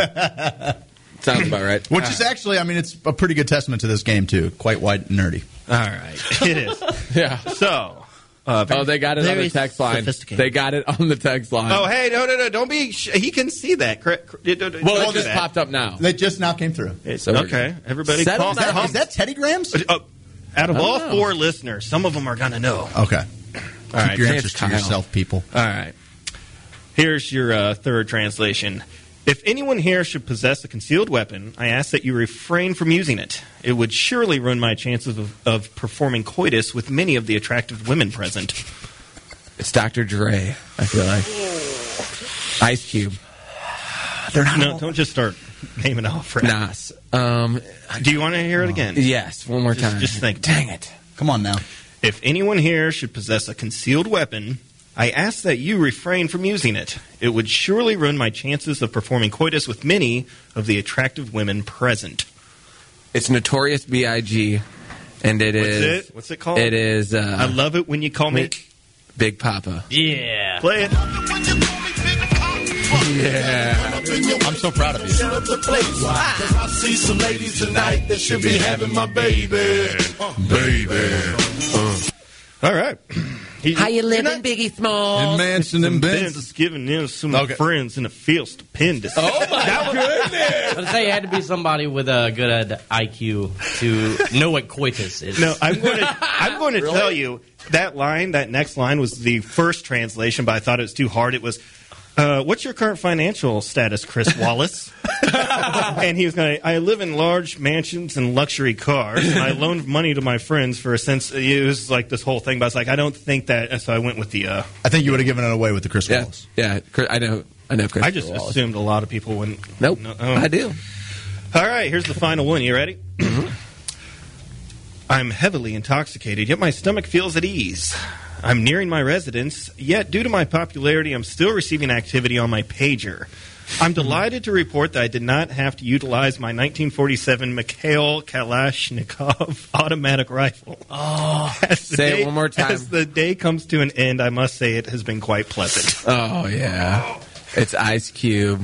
[SPEAKER 5] Sounds about right. Uh,
[SPEAKER 21] Which
[SPEAKER 4] Ah.
[SPEAKER 21] is actually, I mean, it's a pretty good testament to this game, too. Quite wide and nerdy.
[SPEAKER 6] All right, it is.
[SPEAKER 5] *laughs* Yeah.
[SPEAKER 6] So. Uh,
[SPEAKER 5] Oh, they got it on the
[SPEAKER 6] very
[SPEAKER 5] text line.
[SPEAKER 6] sophisticated.
[SPEAKER 5] They got it on the text line.
[SPEAKER 6] Oh, hey, no, no, no! Don't be. Sh- he can see that. Cra- cra- don't- don't
[SPEAKER 5] well,
[SPEAKER 6] do
[SPEAKER 5] it just
[SPEAKER 6] that.
[SPEAKER 5] popped up now.
[SPEAKER 21] That just now came through.
[SPEAKER 6] It's-
[SPEAKER 5] So we're
[SPEAKER 6] okay,
[SPEAKER 5] good.
[SPEAKER 6] everybody.
[SPEAKER 5] Settle
[SPEAKER 6] calm-
[SPEAKER 21] Is that,
[SPEAKER 6] calm-
[SPEAKER 21] is that Teddy Grams?
[SPEAKER 6] Uh, out of
[SPEAKER 5] I don't
[SPEAKER 6] all
[SPEAKER 5] know.
[SPEAKER 6] four listeners, some of them are going to know. All
[SPEAKER 21] Okay. Oh, Keep
[SPEAKER 6] right.
[SPEAKER 21] your
[SPEAKER 5] Chance
[SPEAKER 21] answers to
[SPEAKER 5] Kyle.
[SPEAKER 21] yourself, people.
[SPEAKER 6] all right. Here's your uh, third translation. If anyone here should possess a concealed weapon, I ask that you refrain from using it. It would surely ruin my chances of, of performing coitus with many of the attractive women present.
[SPEAKER 5] It's Dr. Dre. I feel like Ice Cube,
[SPEAKER 21] *sighs* They're not.
[SPEAKER 6] No, don't just start naming off. Right?
[SPEAKER 5] Nas. Um,
[SPEAKER 6] Do you want to hear it again?
[SPEAKER 5] yes, one more
[SPEAKER 6] Just-
[SPEAKER 5] time.
[SPEAKER 6] just think.
[SPEAKER 5] Dang it.
[SPEAKER 21] Come on now.
[SPEAKER 6] If anyone here should possess a concealed weapon, I ask that you refrain from using it. It would surely ruin my chances of performing coitus with many of the attractive women present.
[SPEAKER 5] It's Notorious B.I.G. And it
[SPEAKER 6] What's
[SPEAKER 5] is.
[SPEAKER 6] it? What's it called?
[SPEAKER 5] It is. Uh,
[SPEAKER 6] I love it when you call me.
[SPEAKER 5] Big Papa.
[SPEAKER 7] Yeah.
[SPEAKER 6] Play it.
[SPEAKER 22] Yeah.
[SPEAKER 23] I'm so proud of you.
[SPEAKER 8] Shut up the place. Why? 'Cause I see some ladies tonight that should be having my baby.
[SPEAKER 24] Baby.
[SPEAKER 6] All right. *clears throat*
[SPEAKER 5] How you living, Biggie Smalls?
[SPEAKER 6] And
[SPEAKER 23] Manson
[SPEAKER 6] and Benz is giving them some friends in the
[SPEAKER 7] *laughs*
[SPEAKER 6] field stupendous.
[SPEAKER 7] that Oh goodness! I'd say it had to be somebody with a good uh, IQ to know what coitus is.
[SPEAKER 6] No, I'm going to
[SPEAKER 7] *laughs*
[SPEAKER 6] I'm going to tell you that line. That next line was the first translation, but I thought it was too hard. It was. Uh, what's your current financial status, Chris Wallace? *laughs* and he was going to, I live in large mansions and luxury cars. And I loaned money to my friends for a sense. It was like this whole thing, but I was like, I don't think that. So I went with the. Uh,
[SPEAKER 4] I think you would have given it away with the Chris Wallace.
[SPEAKER 5] Yeah, Chris- I know. I know. Chris
[SPEAKER 6] I just
[SPEAKER 5] Wallace.
[SPEAKER 6] assumed a lot of people wouldn't.
[SPEAKER 5] Nope,
[SPEAKER 6] No,
[SPEAKER 5] I do. Mm-hmm.
[SPEAKER 6] All right, here's the final one. You
[SPEAKER 5] *clears throat*
[SPEAKER 6] ready? I'm heavily intoxicated, yet my stomach feels at ease. I'm nearing my residence, yet due to my popularity, I'm still receiving activity on my pager. I'm delighted to report that I did not have to utilize my 1947 Mikhail Kalashnikov *laughs* automatic rifle.
[SPEAKER 5] Oh,
[SPEAKER 6] The
[SPEAKER 5] say
[SPEAKER 6] day-
[SPEAKER 5] it one more time.
[SPEAKER 6] As the day comes to an end, I must say it has been quite
[SPEAKER 5] *laughs*
[SPEAKER 6] pleasant.
[SPEAKER 5] Oh yeah, it's Ice Cube.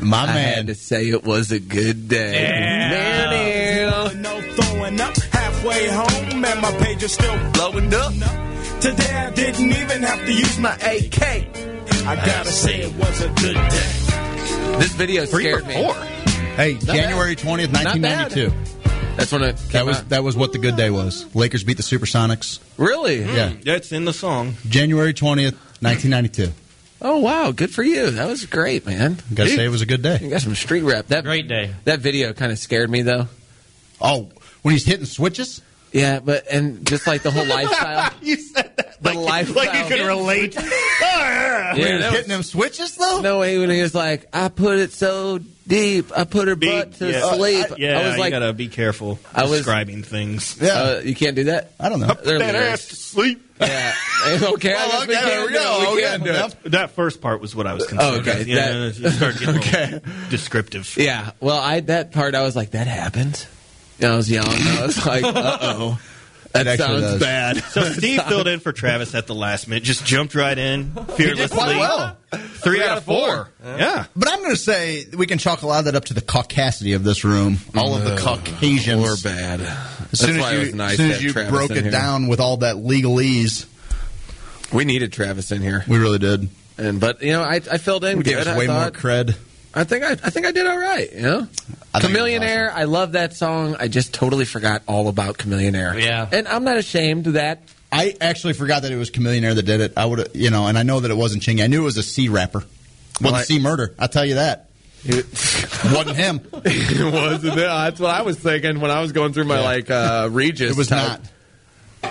[SPEAKER 4] My
[SPEAKER 5] I
[SPEAKER 4] man.
[SPEAKER 5] had to say it was a good day.
[SPEAKER 8] No throwing up halfway home, and my page is still blowing up. Today I didn't even have to use my AK. I gotta say it was a good day.
[SPEAKER 5] This video scared me.
[SPEAKER 4] Hey, January 20th,
[SPEAKER 5] Not bad.
[SPEAKER 4] 1992.
[SPEAKER 5] That's when it
[SPEAKER 4] that was that was what the good day was. Lakers beat the Supersonics.
[SPEAKER 5] Really? Hmm.
[SPEAKER 4] Yeah.
[SPEAKER 6] Mm, That's in the song.
[SPEAKER 4] January 20th, 1992.
[SPEAKER 5] Oh wow, good for you. That was great, man.
[SPEAKER 4] You gotta say it was a good day.
[SPEAKER 5] You got some street rep. That
[SPEAKER 7] great day.
[SPEAKER 5] That video kind of scared me though.
[SPEAKER 4] Oh, when he's hitting switches.
[SPEAKER 5] Yeah, but and just like the whole *laughs* lifestyle.
[SPEAKER 6] you said that
[SPEAKER 5] the lifestyle.
[SPEAKER 6] relate.
[SPEAKER 4] *laughs*
[SPEAKER 5] *laughs*
[SPEAKER 6] yeah,
[SPEAKER 5] Yeah, that was-
[SPEAKER 4] them switches though.
[SPEAKER 5] No way. When he was like, I put it so deep, I put her butt to
[SPEAKER 6] yeah. Uh,
[SPEAKER 5] sleep.
[SPEAKER 4] Uh,
[SPEAKER 6] Yeah,
[SPEAKER 5] I was like, "Oh,
[SPEAKER 6] you gotta be careful
[SPEAKER 5] I was-
[SPEAKER 6] describing things.
[SPEAKER 4] Yeah.
[SPEAKER 5] uh, you can't do that.
[SPEAKER 4] I don't know.
[SPEAKER 5] They're
[SPEAKER 6] that
[SPEAKER 5] lyrics.
[SPEAKER 6] ass to sleep.
[SPEAKER 5] Yeah. *laughs* Okay. I guess we can't do it. We can't do it.
[SPEAKER 6] That first part was what I was concerned.
[SPEAKER 5] okay,
[SPEAKER 6] with. Yeah,
[SPEAKER 5] that-
[SPEAKER 6] you start
[SPEAKER 5] *laughs*
[SPEAKER 6] getting okay. descriptive.
[SPEAKER 5] Yeah. Well, I that part I was like, that happened. And I was young.
[SPEAKER 4] *laughs*
[SPEAKER 5] I
[SPEAKER 6] *laughs*
[SPEAKER 5] was like, uh oh, that
[SPEAKER 4] It actually
[SPEAKER 5] sounds
[SPEAKER 4] does.
[SPEAKER 5] bad.
[SPEAKER 6] So
[SPEAKER 5] *laughs*
[SPEAKER 6] Steve filled in for Travis at the last minute. Just jumped right in fearlessly.
[SPEAKER 4] quite well.
[SPEAKER 6] Three out of four. Yeah.
[SPEAKER 4] But I'm going to say we can chalk a lot of that up to the caucasity of this room. All of the Caucasians
[SPEAKER 5] We're bad.
[SPEAKER 4] As soon
[SPEAKER 5] That's
[SPEAKER 4] as
[SPEAKER 5] why
[SPEAKER 4] you,
[SPEAKER 5] it was nice
[SPEAKER 4] as soon
[SPEAKER 5] to
[SPEAKER 4] as
[SPEAKER 5] have
[SPEAKER 4] you
[SPEAKER 5] Travis
[SPEAKER 4] broke
[SPEAKER 5] in
[SPEAKER 4] it
[SPEAKER 5] here.
[SPEAKER 4] down with all that legalese,
[SPEAKER 5] we needed Travis in here.
[SPEAKER 4] we really did.
[SPEAKER 5] And but you know, I, I filled in.
[SPEAKER 4] We gave
[SPEAKER 5] good,
[SPEAKER 4] us
[SPEAKER 5] I
[SPEAKER 4] way more
[SPEAKER 5] thought.
[SPEAKER 4] cred.
[SPEAKER 5] I think I, I think I did all right. You know,
[SPEAKER 4] I think it was
[SPEAKER 5] Chameleon Air. I love that song. I just totally forgot all about Chameleon Air.
[SPEAKER 7] Yeah.
[SPEAKER 5] and I'm not ashamed of that.
[SPEAKER 4] I actually forgot that it was Chameleonaire that did it. I would, you know, and I know that it wasn't Chingy. I knew it was a C rapper. Wasn't
[SPEAKER 5] Right.
[SPEAKER 4] C murder. I'll tell you that. *laughs* wasn't him.
[SPEAKER 5] *laughs* it wasn't. That's what I was thinking when I was going through my like *laughs* uh, Regis.
[SPEAKER 4] It was
[SPEAKER 5] type.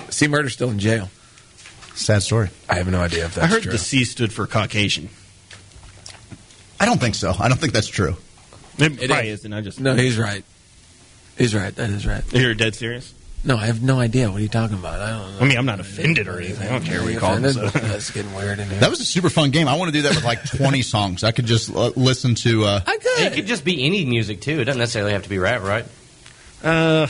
[SPEAKER 5] See, Murder's still in jail.
[SPEAKER 4] Sad story.
[SPEAKER 5] I have no idea if that's
[SPEAKER 6] I heard
[SPEAKER 5] true.
[SPEAKER 6] the C stood for Caucasian.
[SPEAKER 4] I don't think so. I don't think that's true.
[SPEAKER 6] It,
[SPEAKER 5] It
[SPEAKER 6] probably
[SPEAKER 5] is.
[SPEAKER 6] is. not I just
[SPEAKER 5] No, he's right. He's right. That is right.
[SPEAKER 6] You're dead serious.
[SPEAKER 5] No, I have no idea what are you talking about. I don't know.
[SPEAKER 6] I mean, I'm not offended or anything. I don't care what you call them.
[SPEAKER 5] Offended?
[SPEAKER 6] So.
[SPEAKER 5] That's getting weird in here.
[SPEAKER 4] That was a super fun game. I want to do that with like 20 songs. I could just uh, listen to. Uh,
[SPEAKER 5] I
[SPEAKER 7] It
[SPEAKER 5] could.
[SPEAKER 7] could just be any music too. It doesn't necessarily have to be rap, right?
[SPEAKER 6] Uh,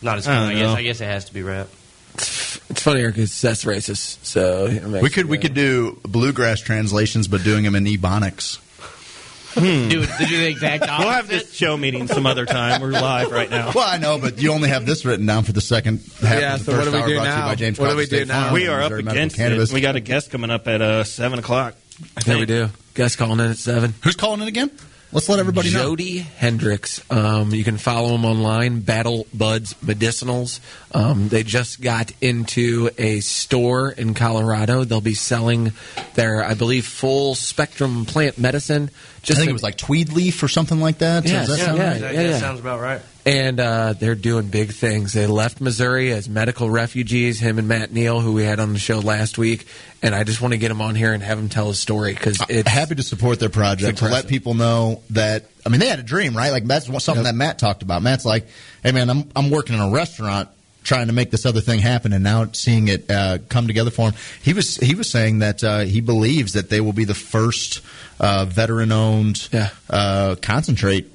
[SPEAKER 7] Not as
[SPEAKER 6] I don't
[SPEAKER 7] I guess.
[SPEAKER 6] know.
[SPEAKER 7] I guess it has to be rap.
[SPEAKER 5] It's funnier because that's racist. So it makes
[SPEAKER 4] we could we
[SPEAKER 5] it-
[SPEAKER 4] could do bluegrass translations, but doing them in ebonics. *laughs*
[SPEAKER 7] Do, it- do the exact
[SPEAKER 6] Hmm. *laughs* we'll have
[SPEAKER 7] opposite.
[SPEAKER 6] this show meeting some other time. We're live right
[SPEAKER 5] *laughs*
[SPEAKER 6] now.
[SPEAKER 4] Well, I know, but you only have this written down for the second half.
[SPEAKER 5] Yeah,
[SPEAKER 4] of the
[SPEAKER 5] so
[SPEAKER 4] first
[SPEAKER 5] what do we
[SPEAKER 4] hour
[SPEAKER 5] do
[SPEAKER 4] brought to you
[SPEAKER 5] now?
[SPEAKER 4] by James
[SPEAKER 5] What do
[SPEAKER 4] Cobb
[SPEAKER 5] we
[SPEAKER 4] of State
[SPEAKER 5] do now?
[SPEAKER 4] Farm
[SPEAKER 6] We
[SPEAKER 4] and
[SPEAKER 6] are up
[SPEAKER 4] Missouri Medical
[SPEAKER 6] against
[SPEAKER 4] Cannabis.
[SPEAKER 6] it. We got a guest coming up at uh, seven o'clock. I
[SPEAKER 5] Yeah, we
[SPEAKER 6] think.
[SPEAKER 5] do. Guest calling in at seven.
[SPEAKER 4] Who's calling it again? Let's let everybody know.
[SPEAKER 5] Jody Hendricks. Um, you can follow him online, Battle Buds Medicinals. Um, they just got into a store in Colorado. They'll be selling their, I believe, full spectrum plant medicine.
[SPEAKER 4] I
[SPEAKER 5] Just
[SPEAKER 4] think
[SPEAKER 5] in-
[SPEAKER 4] it was like tweed leaf or something like that.
[SPEAKER 5] Yes,
[SPEAKER 4] Does that sound
[SPEAKER 5] yeah,
[SPEAKER 4] right?
[SPEAKER 7] That,
[SPEAKER 5] yeah,
[SPEAKER 7] that
[SPEAKER 5] yeah.
[SPEAKER 7] sounds about right.
[SPEAKER 5] and uh, they're doing big things. They left Missouri as medical refugees. Him and Matt Neal, who we had on the show last week, and I just want to get him on here and have him tell his story because
[SPEAKER 4] I'm
[SPEAKER 5] it's
[SPEAKER 4] happy to support their project
[SPEAKER 5] It's
[SPEAKER 4] to let
[SPEAKER 5] impressive.
[SPEAKER 4] people know that I mean they had a dream, right? Like that's what- something that Matt talked about. Matt's like, "Hey man, I'm I'm working in a restaurant trying to make this other thing happen, and now seeing it uh, come together for him." He was he was saying that uh, he believes that they will be the first uh, veteran owned
[SPEAKER 5] Yeah.
[SPEAKER 4] uh, concentrate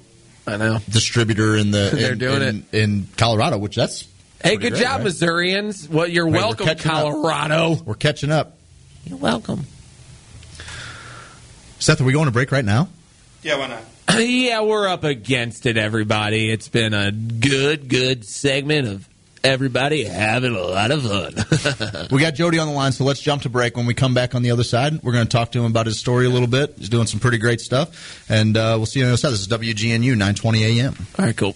[SPEAKER 5] I know.
[SPEAKER 4] distributor in the
[SPEAKER 5] *laughs* They're
[SPEAKER 4] in,
[SPEAKER 5] doing
[SPEAKER 4] in, in Colorado, which that's
[SPEAKER 5] Hey,
[SPEAKER 4] pretty
[SPEAKER 5] good
[SPEAKER 4] great,
[SPEAKER 5] job,
[SPEAKER 4] right?
[SPEAKER 5] Missourians. Well, you're
[SPEAKER 4] Right, we're
[SPEAKER 5] welcome,
[SPEAKER 4] catching up.
[SPEAKER 5] Colorado.
[SPEAKER 4] We're catching up.
[SPEAKER 5] You're welcome.
[SPEAKER 4] Seth, are we going to break right now?
[SPEAKER 25] Yeah, why not?
[SPEAKER 5] *laughs* yeah, we're up against it, everybody. It's been a good, good segment of everybody having a lot of fun. *laughs*
[SPEAKER 4] *laughs* We got Jody on the line, so let's jump to break. When we come back on the other side, we're going to talk to him about his story a little bit. He's doing some pretty great stuff, and uh, we'll see you on the other side. This is WGNU, 920 a.m.
[SPEAKER 5] All right, cool.